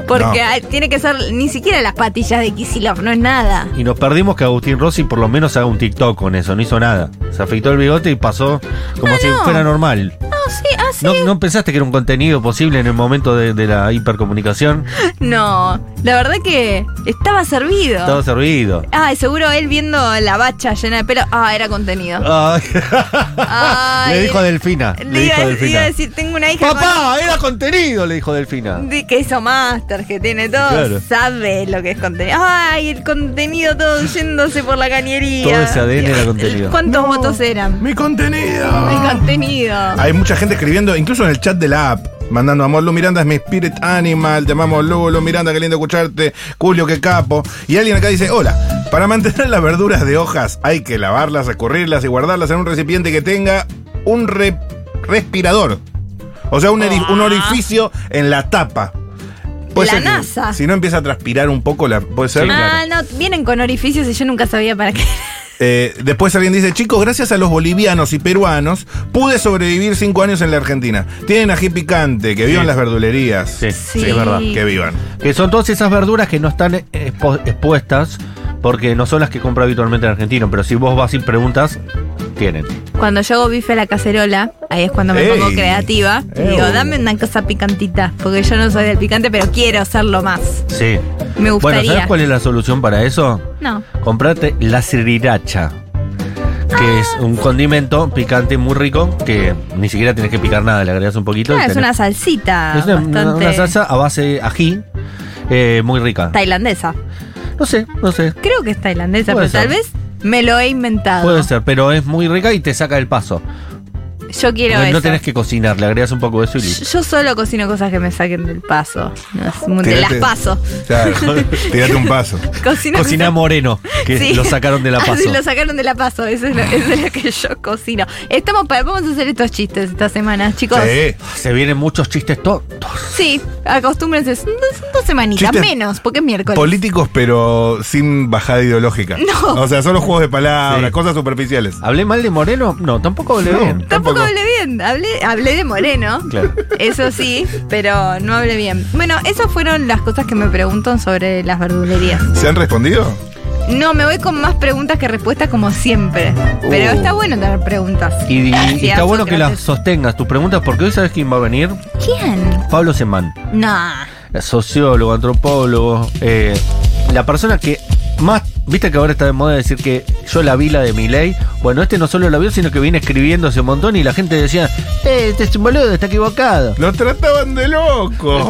[SPEAKER 1] Porque
[SPEAKER 4] No.
[SPEAKER 1] ay, tiene que ser ni siquiera las patillas de Kisilov, no es nada.
[SPEAKER 3] Y nos perdimos que Agustín Rossi por lo menos haga un TikTok con eso, no hizo nada. Se afeitó el bigote y pasó como
[SPEAKER 1] Ah,
[SPEAKER 3] si
[SPEAKER 1] no.
[SPEAKER 3] fuera normal.
[SPEAKER 1] No, sí, así.
[SPEAKER 3] ¿No, no pensaste que era un contenido posible en el momento de, de la hipercomunicación?
[SPEAKER 1] No. la verdad que estaba servido.
[SPEAKER 3] Estaba servido.
[SPEAKER 1] Ay, seguro él viendo la bacha llena de pelo. Ah, era contenido.
[SPEAKER 3] Ay.
[SPEAKER 1] Ay.
[SPEAKER 3] le dijo a Delfina. Ah, Le,
[SPEAKER 1] Le iba,
[SPEAKER 3] dijo a
[SPEAKER 1] le iba
[SPEAKER 3] Delfina.
[SPEAKER 1] a decir, tengo una hija
[SPEAKER 3] Papá, era contenido, le dijo Delfina.
[SPEAKER 1] con- de- que hizo máster, que tiene todo,
[SPEAKER 3] Claro.
[SPEAKER 1] sabe lo que es contenido. Ay, el contenido todo yéndose por la cañería.
[SPEAKER 3] Todo ese ADN era contenido.
[SPEAKER 1] ¿Cuántos
[SPEAKER 4] No.
[SPEAKER 1] votos eran?
[SPEAKER 4] Mi contenido.
[SPEAKER 1] El contenido.
[SPEAKER 4] Hay mucha gente escribiendo, incluso en el chat de la app, mandando amor. Lu Miranda es mi spirit animal. Te amamos, Lu. Lu Miranda, qué lindo escucharte. Julio, qué capo. Y alguien acá dice: Hola, para mantener las verduras de hojas hay que lavarlas, escurrirlas y guardarlas en un recipiente que tenga un re- respirador. O sea, un, eri- un orificio en la tapa.
[SPEAKER 1] Ah. La
[SPEAKER 4] ser que-
[SPEAKER 1] NASA.
[SPEAKER 4] Si no empieza a transpirar un poco, la, puede ser.
[SPEAKER 1] Ah, no, vienen con orificios y yo nunca sabía para qué.
[SPEAKER 4] Eh, después alguien dice, chicos, gracias a los bolivianos y peruanos, pude sobrevivir cinco años en la Argentina. Tienen ají picante, que vivan
[SPEAKER 3] Sí.
[SPEAKER 4] las verdulerías. Ah,
[SPEAKER 3] Sí,
[SPEAKER 1] Sí.
[SPEAKER 3] es verdad.
[SPEAKER 4] Que vivan.
[SPEAKER 3] Que son todas esas verduras que no están expo- expuestas porque no son las que compra habitualmente el argentino. Pero si vos vas y preguntas, tienen.
[SPEAKER 1] Cuando yo hago bife a la cacerola, ahí es cuando me
[SPEAKER 4] Ey.
[SPEAKER 1] pongo creativa. y
[SPEAKER 3] Eh,
[SPEAKER 4] Ey.
[SPEAKER 1] Digo, dame una cosa picantita, porque yo no soy del picante, pero quiero hacerlo más.
[SPEAKER 3] Sí.
[SPEAKER 1] Me
[SPEAKER 3] Bueno,
[SPEAKER 1] gustaría.
[SPEAKER 3] ¿sabes cuál es la solución para eso?
[SPEAKER 1] No.
[SPEAKER 3] Comprate la sriracha. Que es un condimento picante muy rico que ni siquiera tenés que picar nada, le agregás un poquito. y
[SPEAKER 1] Claro, Ah, es
[SPEAKER 3] tenés-
[SPEAKER 1] una salsita
[SPEAKER 3] Es una, una-
[SPEAKER 1] bastante
[SPEAKER 3] una salsa a base de ají eh, muy rica.
[SPEAKER 1] tailandesa.
[SPEAKER 3] No sé, no sé.
[SPEAKER 1] Creo que es tailandesa,
[SPEAKER 3] Puede
[SPEAKER 1] pero tal
[SPEAKER 3] ser.
[SPEAKER 1] vez me lo he inventado.
[SPEAKER 3] Puede ser, pero es muy rica y te saca el paso.
[SPEAKER 1] Yo quiero
[SPEAKER 3] no
[SPEAKER 1] eso.
[SPEAKER 3] tenés que cocinar, le agregas un poco de eso y listo.
[SPEAKER 1] Yo- Yo solo cocino cosas que me saquen del paso. No, es muy- Te las
[SPEAKER 4] Tirate-
[SPEAKER 1] paso.
[SPEAKER 4] Claro, tirate un paso.
[SPEAKER 1] Cocino
[SPEAKER 3] Cocina
[SPEAKER 1] cosas-
[SPEAKER 3] moreno, que
[SPEAKER 1] Sí.
[SPEAKER 3] lo sacaron de la
[SPEAKER 1] Ah,
[SPEAKER 3] paso.
[SPEAKER 1] sí, lo sacaron de la paso. Eso es lo, eso es lo que yo cocino. Estamos para. Vamos a hacer estos chistes esta semana, chicos.
[SPEAKER 4] Sí.
[SPEAKER 3] Se vienen muchos chistes tontos.
[SPEAKER 1] Sí, acostúmbrense. Son dos, son dos semanitas
[SPEAKER 4] Chistes
[SPEAKER 1] menos, porque es miércoles.
[SPEAKER 4] Políticos, pero sin bajada ideológica.
[SPEAKER 1] No.
[SPEAKER 4] O sea, solo juegos de palabras,
[SPEAKER 3] Sí.
[SPEAKER 4] cosas superficiales.
[SPEAKER 3] ¿Hablé mal de Moreno? No, tampoco hablé
[SPEAKER 4] No.
[SPEAKER 3] bien.
[SPEAKER 1] Tampoco
[SPEAKER 4] tampoco.
[SPEAKER 1] hablé bien, hablé, hablé de Moreno,
[SPEAKER 3] Claro.
[SPEAKER 1] eso sí, pero no hablé bien. Bueno, esas fueron las cosas que me preguntan sobre las verdulerías.
[SPEAKER 4] ¿Se han respondido?
[SPEAKER 1] No, me voy con más preguntas que respuestas como siempre, pero
[SPEAKER 4] Uh.
[SPEAKER 1] está bueno tener preguntas.
[SPEAKER 3] Y, y- y
[SPEAKER 1] Gracias,
[SPEAKER 3] está bueno que las
[SPEAKER 1] Sócrates.
[SPEAKER 3] sostengas tus preguntas porque hoy sabes quién va a venir.
[SPEAKER 1] ¿Quién?
[SPEAKER 3] Pablo Semán,
[SPEAKER 1] No.
[SPEAKER 3] sociólogo, antropólogo, eh, la persona que más, viste que ahora está de moda decir que yo la vi la de mi ley. Bueno, este no solo la vio, sino que viene escribiendo hace un montón y la gente decía, "Eh, este es un boludo, está equivocado.
[SPEAKER 4] Los trataban de loco.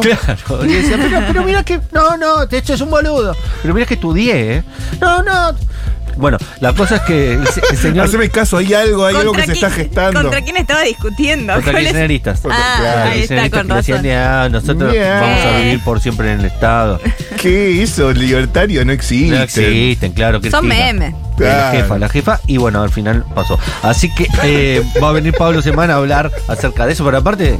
[SPEAKER 3] Claro. Y decía, pero, pero mira que. No, no, de hecho es un boludo. Pero mira que estudié, ¿eh? No, no. Bueno, la cosa es que el, se- el señor.
[SPEAKER 4] Haceme caso, hay algo, hay algo que se
[SPEAKER 1] quién-
[SPEAKER 4] está gestando.
[SPEAKER 1] ¿Contra quién estaba discutiendo?
[SPEAKER 3] Contra
[SPEAKER 1] ¿Cuál es? Ah,
[SPEAKER 3] kirchneristas.
[SPEAKER 4] Claro,
[SPEAKER 1] ahí está,
[SPEAKER 3] Kirchneristas
[SPEAKER 1] con
[SPEAKER 3] que decían,
[SPEAKER 1] razón.
[SPEAKER 3] "Ah, nosotros
[SPEAKER 4] Bien.
[SPEAKER 3] vamos a vivir por siempre en el Estado.
[SPEAKER 4] ¿Qué hizo? El libertario no existe.
[SPEAKER 3] No existen, claro que
[SPEAKER 1] Son memes.
[SPEAKER 3] La
[SPEAKER 4] Claro.
[SPEAKER 3] jefa, la jefa, y bueno, al final pasó. Así que eh, va a venir Pablo Semana a hablar acerca de eso, pero aparte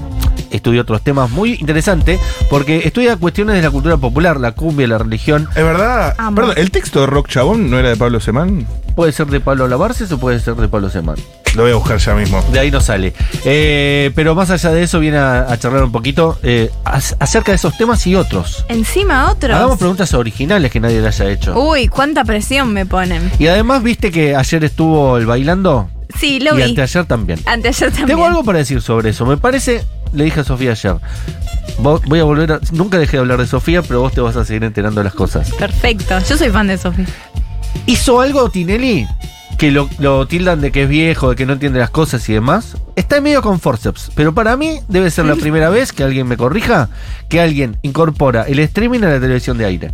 [SPEAKER 3] estudió otros temas muy interesantes, porque estudia cuestiones de la cultura popular, la cumbia, la religión.
[SPEAKER 4] Es verdad.
[SPEAKER 1] Amo.
[SPEAKER 4] Perdón, ¿el texto de Rock Chabón no era de Pablo Semán?
[SPEAKER 3] Puede ser de Pablo Lavarces o puede ser de Pablo Semán.
[SPEAKER 4] Lo voy a buscar ya mismo.
[SPEAKER 3] De ahí no sale. Eh, pero más allá de eso, viene a, a charlar un poquito eh, ac- acerca de esos temas y otros.
[SPEAKER 1] Encima otros. Uh.
[SPEAKER 3] Hagamos preguntas originales que nadie le haya hecho.
[SPEAKER 1] Uy, cuánta presión me ponen.
[SPEAKER 3] Y además, viste que ayer estuvo el bailando
[SPEAKER 1] Sí, lo
[SPEAKER 3] y
[SPEAKER 1] vi.
[SPEAKER 3] anteayer también.
[SPEAKER 1] Anteayer también.
[SPEAKER 3] Tengo algo para decir sobre eso. Me parece, le dije a Sofía ayer, vo- voy a volver a. Nunca dejé de hablar de Sofía, pero vos te vas a seguir enterando de las cosas.
[SPEAKER 1] Perfecto. Yo soy fan de Sofi.
[SPEAKER 3] hizo algo Tinelli que lo, lo tildan de que es viejo, de que no entiende las cosas y demás. Está en medio con forceps, pero para mí debe ser la primera vez que alguien me corrija que alguien incorpora el streaming a la televisión de aire.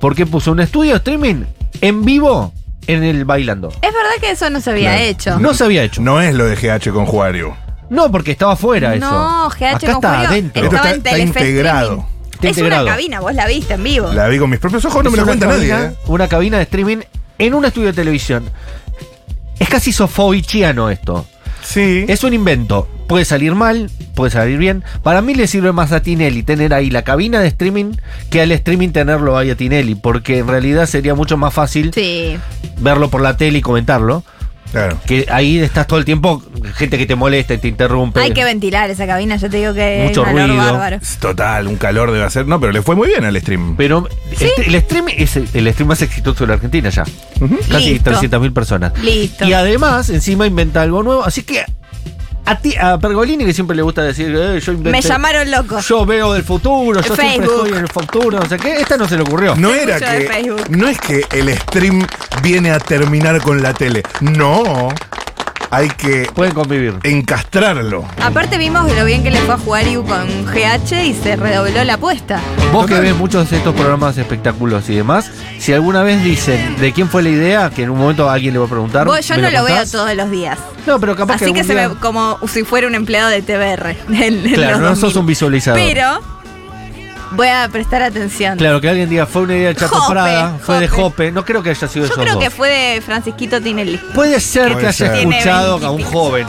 [SPEAKER 3] Porque puso un estudio streaming en vivo en el bailando.
[SPEAKER 1] Es verdad que eso no se había
[SPEAKER 4] Claro.
[SPEAKER 1] hecho.
[SPEAKER 3] No se había hecho.
[SPEAKER 4] No es lo de GH con Juario.
[SPEAKER 3] No, porque estaba afuera eso.
[SPEAKER 1] No, GH
[SPEAKER 3] Acá
[SPEAKER 1] con
[SPEAKER 3] está
[SPEAKER 1] Julio
[SPEAKER 3] adentro.
[SPEAKER 4] Esto
[SPEAKER 1] estaba
[SPEAKER 4] está-
[SPEAKER 1] en
[SPEAKER 4] está
[SPEAKER 1] Telefe
[SPEAKER 4] integrado.
[SPEAKER 1] Streaming.
[SPEAKER 3] Está
[SPEAKER 1] es
[SPEAKER 3] integrado.
[SPEAKER 1] una cabina, vos la viste en vivo.
[SPEAKER 4] La vi con mis propios ojos, no me
[SPEAKER 3] Es
[SPEAKER 4] lo
[SPEAKER 3] una
[SPEAKER 4] cuenta nadie.
[SPEAKER 3] cabina-
[SPEAKER 4] ¿eh?
[SPEAKER 3] Una cabina de streaming en un estudio de televisión. Es casi sofoichiano esto.
[SPEAKER 4] Sí.
[SPEAKER 3] Es un invento. Puede salir mal, puede salir bien. Para mí le sirve más a Tinelli tener ahí la cabina de streaming que al streaming tenerlo ahí a Tinelli, porque en realidad sería mucho más fácil
[SPEAKER 1] Sí.
[SPEAKER 3] verlo por la tele y comentarlo.
[SPEAKER 4] Claro.
[SPEAKER 3] Que ahí estás todo el tiempo, gente que te molesta y te interrumpe.
[SPEAKER 1] Hay que ventilar esa cabina, yo te digo que
[SPEAKER 3] Mucho
[SPEAKER 1] es un olor
[SPEAKER 3] ruido.
[SPEAKER 1] bárbaro.
[SPEAKER 4] Es Total, un calor debe hacer. No, pero le fue muy bien al stream.
[SPEAKER 3] Pero este- el stream es el, el stream más exitoso de la Argentina ya.
[SPEAKER 4] Ujú.
[SPEAKER 3] Casi
[SPEAKER 1] Listo.
[SPEAKER 3] 300.000 personas.
[SPEAKER 1] Listo.
[SPEAKER 3] Y además, encima inventa algo nuevo. Así que a, ti- a Pergolini, que siempre le gusta decir, "Eh, yo inventé-
[SPEAKER 1] Me llamaron loco.
[SPEAKER 3] Yo veo del futuro, yo siempre
[SPEAKER 1] Facebook.
[SPEAKER 3] estoy en el futuro, no sé qué. Esta no se le ocurrió.
[SPEAKER 4] No
[SPEAKER 1] Te
[SPEAKER 4] era
[SPEAKER 1] escucho de
[SPEAKER 4] que.
[SPEAKER 1] Facebook.
[SPEAKER 4] No es que el stream viene a terminar con la tele. No. Hay que
[SPEAKER 3] Pueden convivir.
[SPEAKER 4] encastrarlo.
[SPEAKER 1] Aparte vimos lo bien que le fue a jugar Iu con GH y se redobló la apuesta.
[SPEAKER 4] Eh,
[SPEAKER 3] Vos que ves muchos de estos programas de espectáculos y demás, si alguna vez dicen de quién fue la idea, que en un momento alguien le va a preguntar.
[SPEAKER 1] Vos, yo
[SPEAKER 3] ¿me
[SPEAKER 1] no lo veo
[SPEAKER 3] contás?
[SPEAKER 1] todos los días.
[SPEAKER 3] No, pero capaz
[SPEAKER 1] Así que,
[SPEAKER 3] algún
[SPEAKER 1] se
[SPEAKER 3] día-
[SPEAKER 1] me, como si fuera un empleado de TBR. en- en
[SPEAKER 3] Claro,
[SPEAKER 1] los
[SPEAKER 3] no sos
[SPEAKER 1] 2000.
[SPEAKER 3] un visualizador.
[SPEAKER 1] Pero voy a prestar atención.
[SPEAKER 3] Claro, que alguien diga, fue una idea de Chato
[SPEAKER 1] Jope,
[SPEAKER 3] Prada, fue de
[SPEAKER 1] Jope.
[SPEAKER 3] Jope. No creo que haya sido
[SPEAKER 1] Yo
[SPEAKER 3] esos
[SPEAKER 1] creo
[SPEAKER 3] dos.
[SPEAKER 1] que fue de Francisquito Tinelli.
[SPEAKER 3] Puede ser
[SPEAKER 4] Puede
[SPEAKER 3] que haya
[SPEAKER 4] ser. Tiene
[SPEAKER 3] escuchado a un
[SPEAKER 1] 20.
[SPEAKER 3] joven.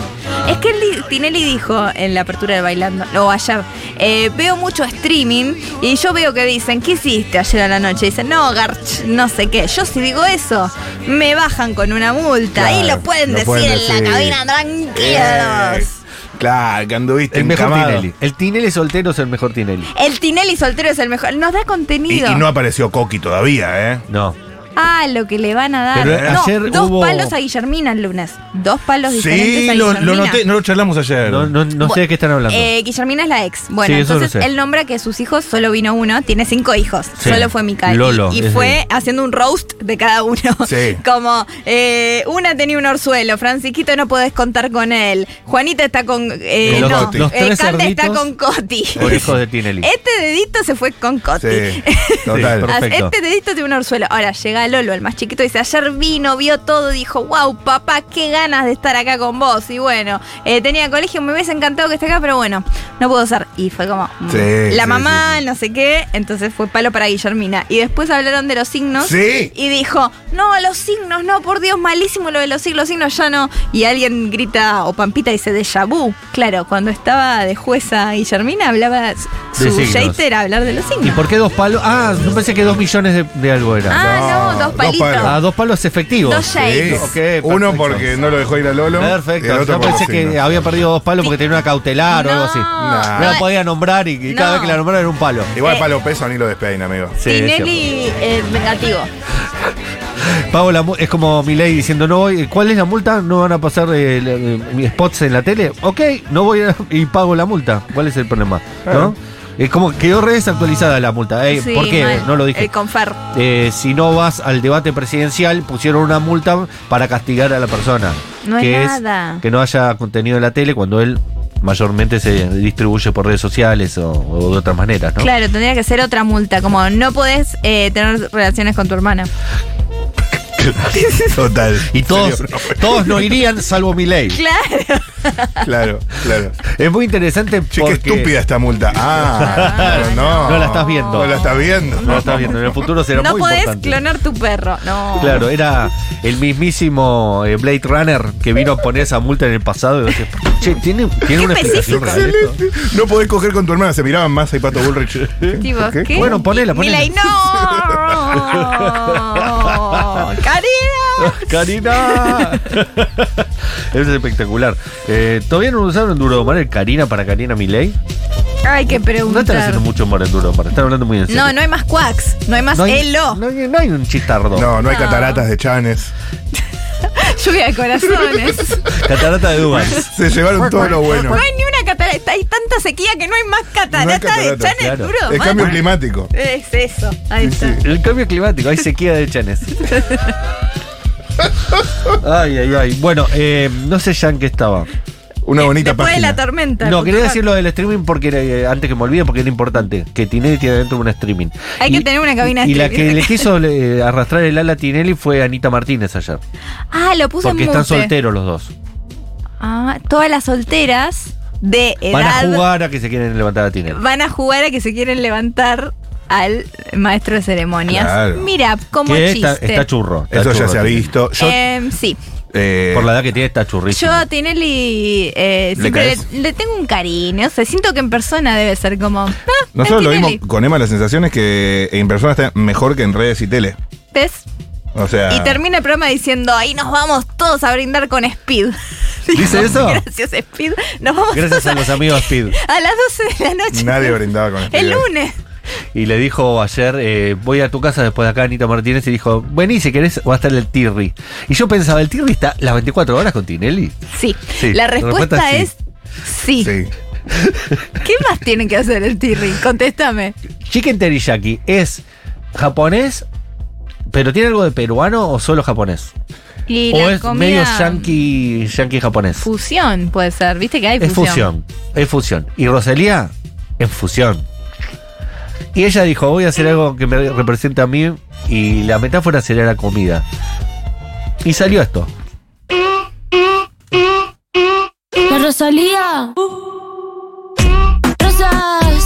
[SPEAKER 1] Es que él di- Tinelli dijo en la apertura de Bailando, o ayer, eh, veo mucho streaming y yo veo que dicen, ¿qué hiciste ayer a la noche? Dicen, no, Garch, no sé qué. Yo si digo eso, me bajan con una multa y
[SPEAKER 4] Claro,
[SPEAKER 1] lo pueden
[SPEAKER 4] lo
[SPEAKER 1] decir
[SPEAKER 4] pueden
[SPEAKER 1] en la
[SPEAKER 4] decir.
[SPEAKER 1] cabina
[SPEAKER 4] Eh,
[SPEAKER 1] tranquilos.
[SPEAKER 4] Claro, que anduviste
[SPEAKER 3] El mejor
[SPEAKER 4] encamado.
[SPEAKER 3] Tinelli. El Tinelli soltero es el mejor Tinelli.
[SPEAKER 1] El Tinelli soltero es el mejor. Nos da
[SPEAKER 4] Y,
[SPEAKER 1] contenido.
[SPEAKER 4] y no apareció Coqui todavía, ¿eh?
[SPEAKER 3] No.
[SPEAKER 1] Ah, lo que le van a dar.
[SPEAKER 3] Pero
[SPEAKER 1] no,
[SPEAKER 3] ayer
[SPEAKER 1] dos
[SPEAKER 3] hubo-
[SPEAKER 1] palos a Guillermina el lunes. Dos palos diferentes
[SPEAKER 4] Sí,
[SPEAKER 1] a
[SPEAKER 4] lo,
[SPEAKER 1] Guillermina.
[SPEAKER 4] lo noté, no lo charlamos ayer.
[SPEAKER 3] No, no, no sé de qué están hablando.
[SPEAKER 1] Eh, Guillermina es la ex. Bueno,
[SPEAKER 3] Sí, eso lo
[SPEAKER 1] entonces
[SPEAKER 3] sé.
[SPEAKER 1] él nombra que sus hijos solo vino uno, tiene cinco hijos.
[SPEAKER 3] Sí.
[SPEAKER 1] Solo fue Micael.
[SPEAKER 3] Lolo,
[SPEAKER 1] y
[SPEAKER 3] es
[SPEAKER 1] fue
[SPEAKER 3] él.
[SPEAKER 1] haciendo un roast de cada uno.
[SPEAKER 4] Sí.
[SPEAKER 1] Como eh, una tenía un orzuelo, Francisquito no podés contar con él, Juanita está con. eh,
[SPEAKER 4] Con los
[SPEAKER 1] no,
[SPEAKER 4] Coti.
[SPEAKER 3] Los
[SPEAKER 1] eh,
[SPEAKER 3] tres
[SPEAKER 1] Cande está
[SPEAKER 3] cerditos.
[SPEAKER 1] con Coti.
[SPEAKER 3] Por hijos de Tinelli.
[SPEAKER 1] Este dedito se fue con Coti.
[SPEAKER 4] Sí, total.
[SPEAKER 3] Sí, perfecto.
[SPEAKER 1] As- Este dedito tiene un orzuelo. Ahora llega Lolo, el más chiquito, dice, ayer vino, vio todo, dijo, wow, papá, qué ganas de estar acá con vos. Y bueno, eh, tenía colegio, me hubiese encantado que esté acá, pero bueno, no puedo ser. Y fue como, mm,
[SPEAKER 4] Sí,
[SPEAKER 1] la
[SPEAKER 4] sí,
[SPEAKER 1] mamá,
[SPEAKER 4] sí, sí.
[SPEAKER 1] no sé qué, entonces fue palo para Guillermina. Y después hablaron de los signos.
[SPEAKER 4] Sí.
[SPEAKER 1] Y dijo, no, los signos, no, por Dios, malísimo lo de los signos, los signos ya no. Y alguien grita, o Pampita dice, déjà vu. Claro, cuando estaba de jueza Guillermina, hablaba, su
[SPEAKER 3] signos.
[SPEAKER 1] jeite era hablar de los signos.
[SPEAKER 3] ¿Y por qué dos palos? Ah, yo pensé que dos millones de, de algo era.
[SPEAKER 1] Ah, no,
[SPEAKER 4] No,
[SPEAKER 1] dos
[SPEAKER 4] dos
[SPEAKER 1] palitos.
[SPEAKER 4] palos.
[SPEAKER 3] Ah, dos palos efectivos.
[SPEAKER 1] Dos
[SPEAKER 4] Sí.
[SPEAKER 1] shades.
[SPEAKER 3] Ok, perfecto.
[SPEAKER 4] Uno porque no lo dejó ir a Lolo. y el
[SPEAKER 3] Perfecto.
[SPEAKER 4] otro
[SPEAKER 3] Yo
[SPEAKER 4] porque
[SPEAKER 3] pensé
[SPEAKER 4] sí,
[SPEAKER 3] que
[SPEAKER 4] no.
[SPEAKER 3] había perdido dos palos porque tenía una cautelar o algo así.
[SPEAKER 1] No.
[SPEAKER 3] No la
[SPEAKER 1] No,
[SPEAKER 3] podía nombrar y, y cada
[SPEAKER 1] No.
[SPEAKER 3] vez que la nombraba era un palo.
[SPEAKER 4] Igual
[SPEAKER 1] Eh.
[SPEAKER 4] Palo Peso ni lo despeina, amigo.
[SPEAKER 3] Sí, es
[SPEAKER 1] Tinelli eh, vengativo.
[SPEAKER 3] cierto. Pago la mu- es como Milei diciendo, no voy, ¿cuál es la multa? ¿No van a pasar eh, la- eh, mis spots en la tele? Ok, no voy a- y pago la multa. ¿Cuál es el problema? ¿No? Es como quedó re desactualizada la multa. Eh,
[SPEAKER 1] Sí,
[SPEAKER 3] ¿Por qué?
[SPEAKER 1] mal.
[SPEAKER 3] No lo dije.
[SPEAKER 1] El confer.
[SPEAKER 3] Eh, si no vas al debate presidencial, pusieron una multa para castigar a la persona.
[SPEAKER 1] No es
[SPEAKER 3] que
[SPEAKER 1] nada.
[SPEAKER 3] que no haya contenido en la tele cuando él mayormente se distribuye por redes sociales o, o de otras maneras, ¿no?
[SPEAKER 1] Claro, tendría que ser otra multa, como no podés eh, tener relaciones con tu hermana.
[SPEAKER 4] Total.
[SPEAKER 3] Y todos,
[SPEAKER 4] Serio, no. pues,
[SPEAKER 3] todos no irían salvo mi ley.
[SPEAKER 1] Claro.
[SPEAKER 4] Claro, claro.
[SPEAKER 3] Es muy interesante
[SPEAKER 4] Che,
[SPEAKER 3] porque
[SPEAKER 4] qué estúpida esta multa. Ah, no.
[SPEAKER 3] No la estás viendo.
[SPEAKER 4] No la estás viendo.
[SPEAKER 3] no lo estás viendo, en el futuro será
[SPEAKER 1] no
[SPEAKER 3] muy
[SPEAKER 1] podés
[SPEAKER 3] importante.
[SPEAKER 1] clonar tu perro. No.
[SPEAKER 3] Claro, era el mismísimo eh, Blade Runner que vino a poner esa multa en el pasado. Y, decís, che, tiene, tiene una explicación real esto?
[SPEAKER 4] Excelente. No podés coger con tu hermana. Se miraban más y Pato Bullrich.
[SPEAKER 1] Tipo,
[SPEAKER 4] ¿Qué?
[SPEAKER 1] ¿qué?
[SPEAKER 3] Bueno, ponela, ponela.
[SPEAKER 1] Milei, no. Caridad.
[SPEAKER 3] Karina. es espectacular. Eh, ¿Todavía no usaron en Duro Mar el Karina para Karina Milei?
[SPEAKER 1] Hay que
[SPEAKER 3] No están
[SPEAKER 1] preguntar.
[SPEAKER 3] haciendo mucho humor en Duro Mar, están hablando muy en serio.
[SPEAKER 1] No, no hay más quacks. No hay más
[SPEAKER 3] No hay,
[SPEAKER 1] elo.
[SPEAKER 3] no hay- no hay un chistardo.
[SPEAKER 4] No, no hay cataratas de Chanes.
[SPEAKER 1] Lluvia de corazones.
[SPEAKER 3] Catarata de Dubái.
[SPEAKER 4] Se llevaron todo lo bueno.
[SPEAKER 1] No hay ni una catarata, hay tanta sequía que no hay más catarata,
[SPEAKER 4] No hay catarata,
[SPEAKER 1] de Chanel
[SPEAKER 3] claro.
[SPEAKER 1] duro.
[SPEAKER 4] El
[SPEAKER 1] man.
[SPEAKER 4] cambio climático.
[SPEAKER 1] Es eso, ahí
[SPEAKER 4] Sí,
[SPEAKER 1] está.
[SPEAKER 4] sí.
[SPEAKER 3] El cambio climático, hay sequía de chanes. Ay, ay, ay. Bueno, eh, no sé ya en qué estaba.
[SPEAKER 4] Una bonita
[SPEAKER 1] Después de la
[SPEAKER 4] página.
[SPEAKER 1] tormenta.
[SPEAKER 3] No, quería
[SPEAKER 1] Tucumán.
[SPEAKER 3] decir lo del streaming porque era, eh, antes que me olvide, porque era importante. Que Tinelli tiene dentro una streaming.
[SPEAKER 1] Hay que tener una cabina de
[SPEAKER 3] Y la
[SPEAKER 1] streaming.
[SPEAKER 3] que le quiso eh, arrastrar el ala a Tinelli fue Anita Martínez ayer.
[SPEAKER 1] Ah, lo puso
[SPEAKER 3] Porque
[SPEAKER 1] en
[SPEAKER 3] están
[SPEAKER 1] mute.
[SPEAKER 3] solteros los dos.
[SPEAKER 1] Ah, todas las solteras de
[SPEAKER 3] Van a
[SPEAKER 1] edad
[SPEAKER 3] jugar a que se quieren levantar a Tinelli.
[SPEAKER 1] van a jugar a que se quieren levantar al maestro de ceremonias.
[SPEAKER 3] Claro.
[SPEAKER 1] Mira, como
[SPEAKER 3] Que
[SPEAKER 1] chiste.
[SPEAKER 3] está, está churro. está
[SPEAKER 4] Eso ya
[SPEAKER 3] churro,
[SPEAKER 4] se ha
[SPEAKER 3] Tinelli.
[SPEAKER 4] visto. Yo,
[SPEAKER 1] Em, sí.
[SPEAKER 4] eh,
[SPEAKER 3] Por la edad que tiene, está churrísimo.
[SPEAKER 1] Yo a Tinelli eh,
[SPEAKER 4] ¿Le
[SPEAKER 1] siempre
[SPEAKER 4] caes?
[SPEAKER 1] le, le tengo un cariño. O sea, siento que en persona debe ser como. ah,
[SPEAKER 4] nosotros
[SPEAKER 1] es
[SPEAKER 4] lo
[SPEAKER 1] Tinelli.
[SPEAKER 4] vimos con Emma, la sensación es que en persona está mejor que en redes y tele.
[SPEAKER 1] ¿Ves?
[SPEAKER 4] O sea.
[SPEAKER 1] Y termina el programa diciendo: Ahí nos vamos todos a brindar con Speed.
[SPEAKER 3] ¿Dice eso?
[SPEAKER 1] Gracias, Speed. Nos vamos
[SPEAKER 3] Gracias a los amigos Speed.
[SPEAKER 1] a las 12 de la noche.
[SPEAKER 4] Nadie brindaba con este
[SPEAKER 1] El
[SPEAKER 4] Speed.
[SPEAKER 1] lunes.
[SPEAKER 3] Y le dijo ayer, eh, voy a tu casa después de acá, Anita Martínez, y dijo, vení si querés, va a estar el Tirri. Y yo pensaba, ¿el Tirri está las 24 horas con Tinelli?
[SPEAKER 1] Sí.
[SPEAKER 3] Sí,
[SPEAKER 1] La
[SPEAKER 3] la
[SPEAKER 1] respuesta,
[SPEAKER 3] respuesta
[SPEAKER 1] es sí.
[SPEAKER 4] Sí.
[SPEAKER 1] ¿Qué más tiene que hacer el Tirri? Contéstame.
[SPEAKER 3] Chicken Teriyaki es japonés, pero tiene algo de peruano o solo japonés?
[SPEAKER 1] Y
[SPEAKER 3] o
[SPEAKER 1] la
[SPEAKER 3] es
[SPEAKER 1] comida
[SPEAKER 3] medio yankee, yankee japonés.
[SPEAKER 1] Fusión puede ser. Viste que hay
[SPEAKER 3] Es fusión, es fusión. Y Rosalía es fusión. Y ella dijo, voy a hacer algo que me represente a mí y la metáfora sería la comida. Y salió esto.
[SPEAKER 10] La Rosalía. Rosas,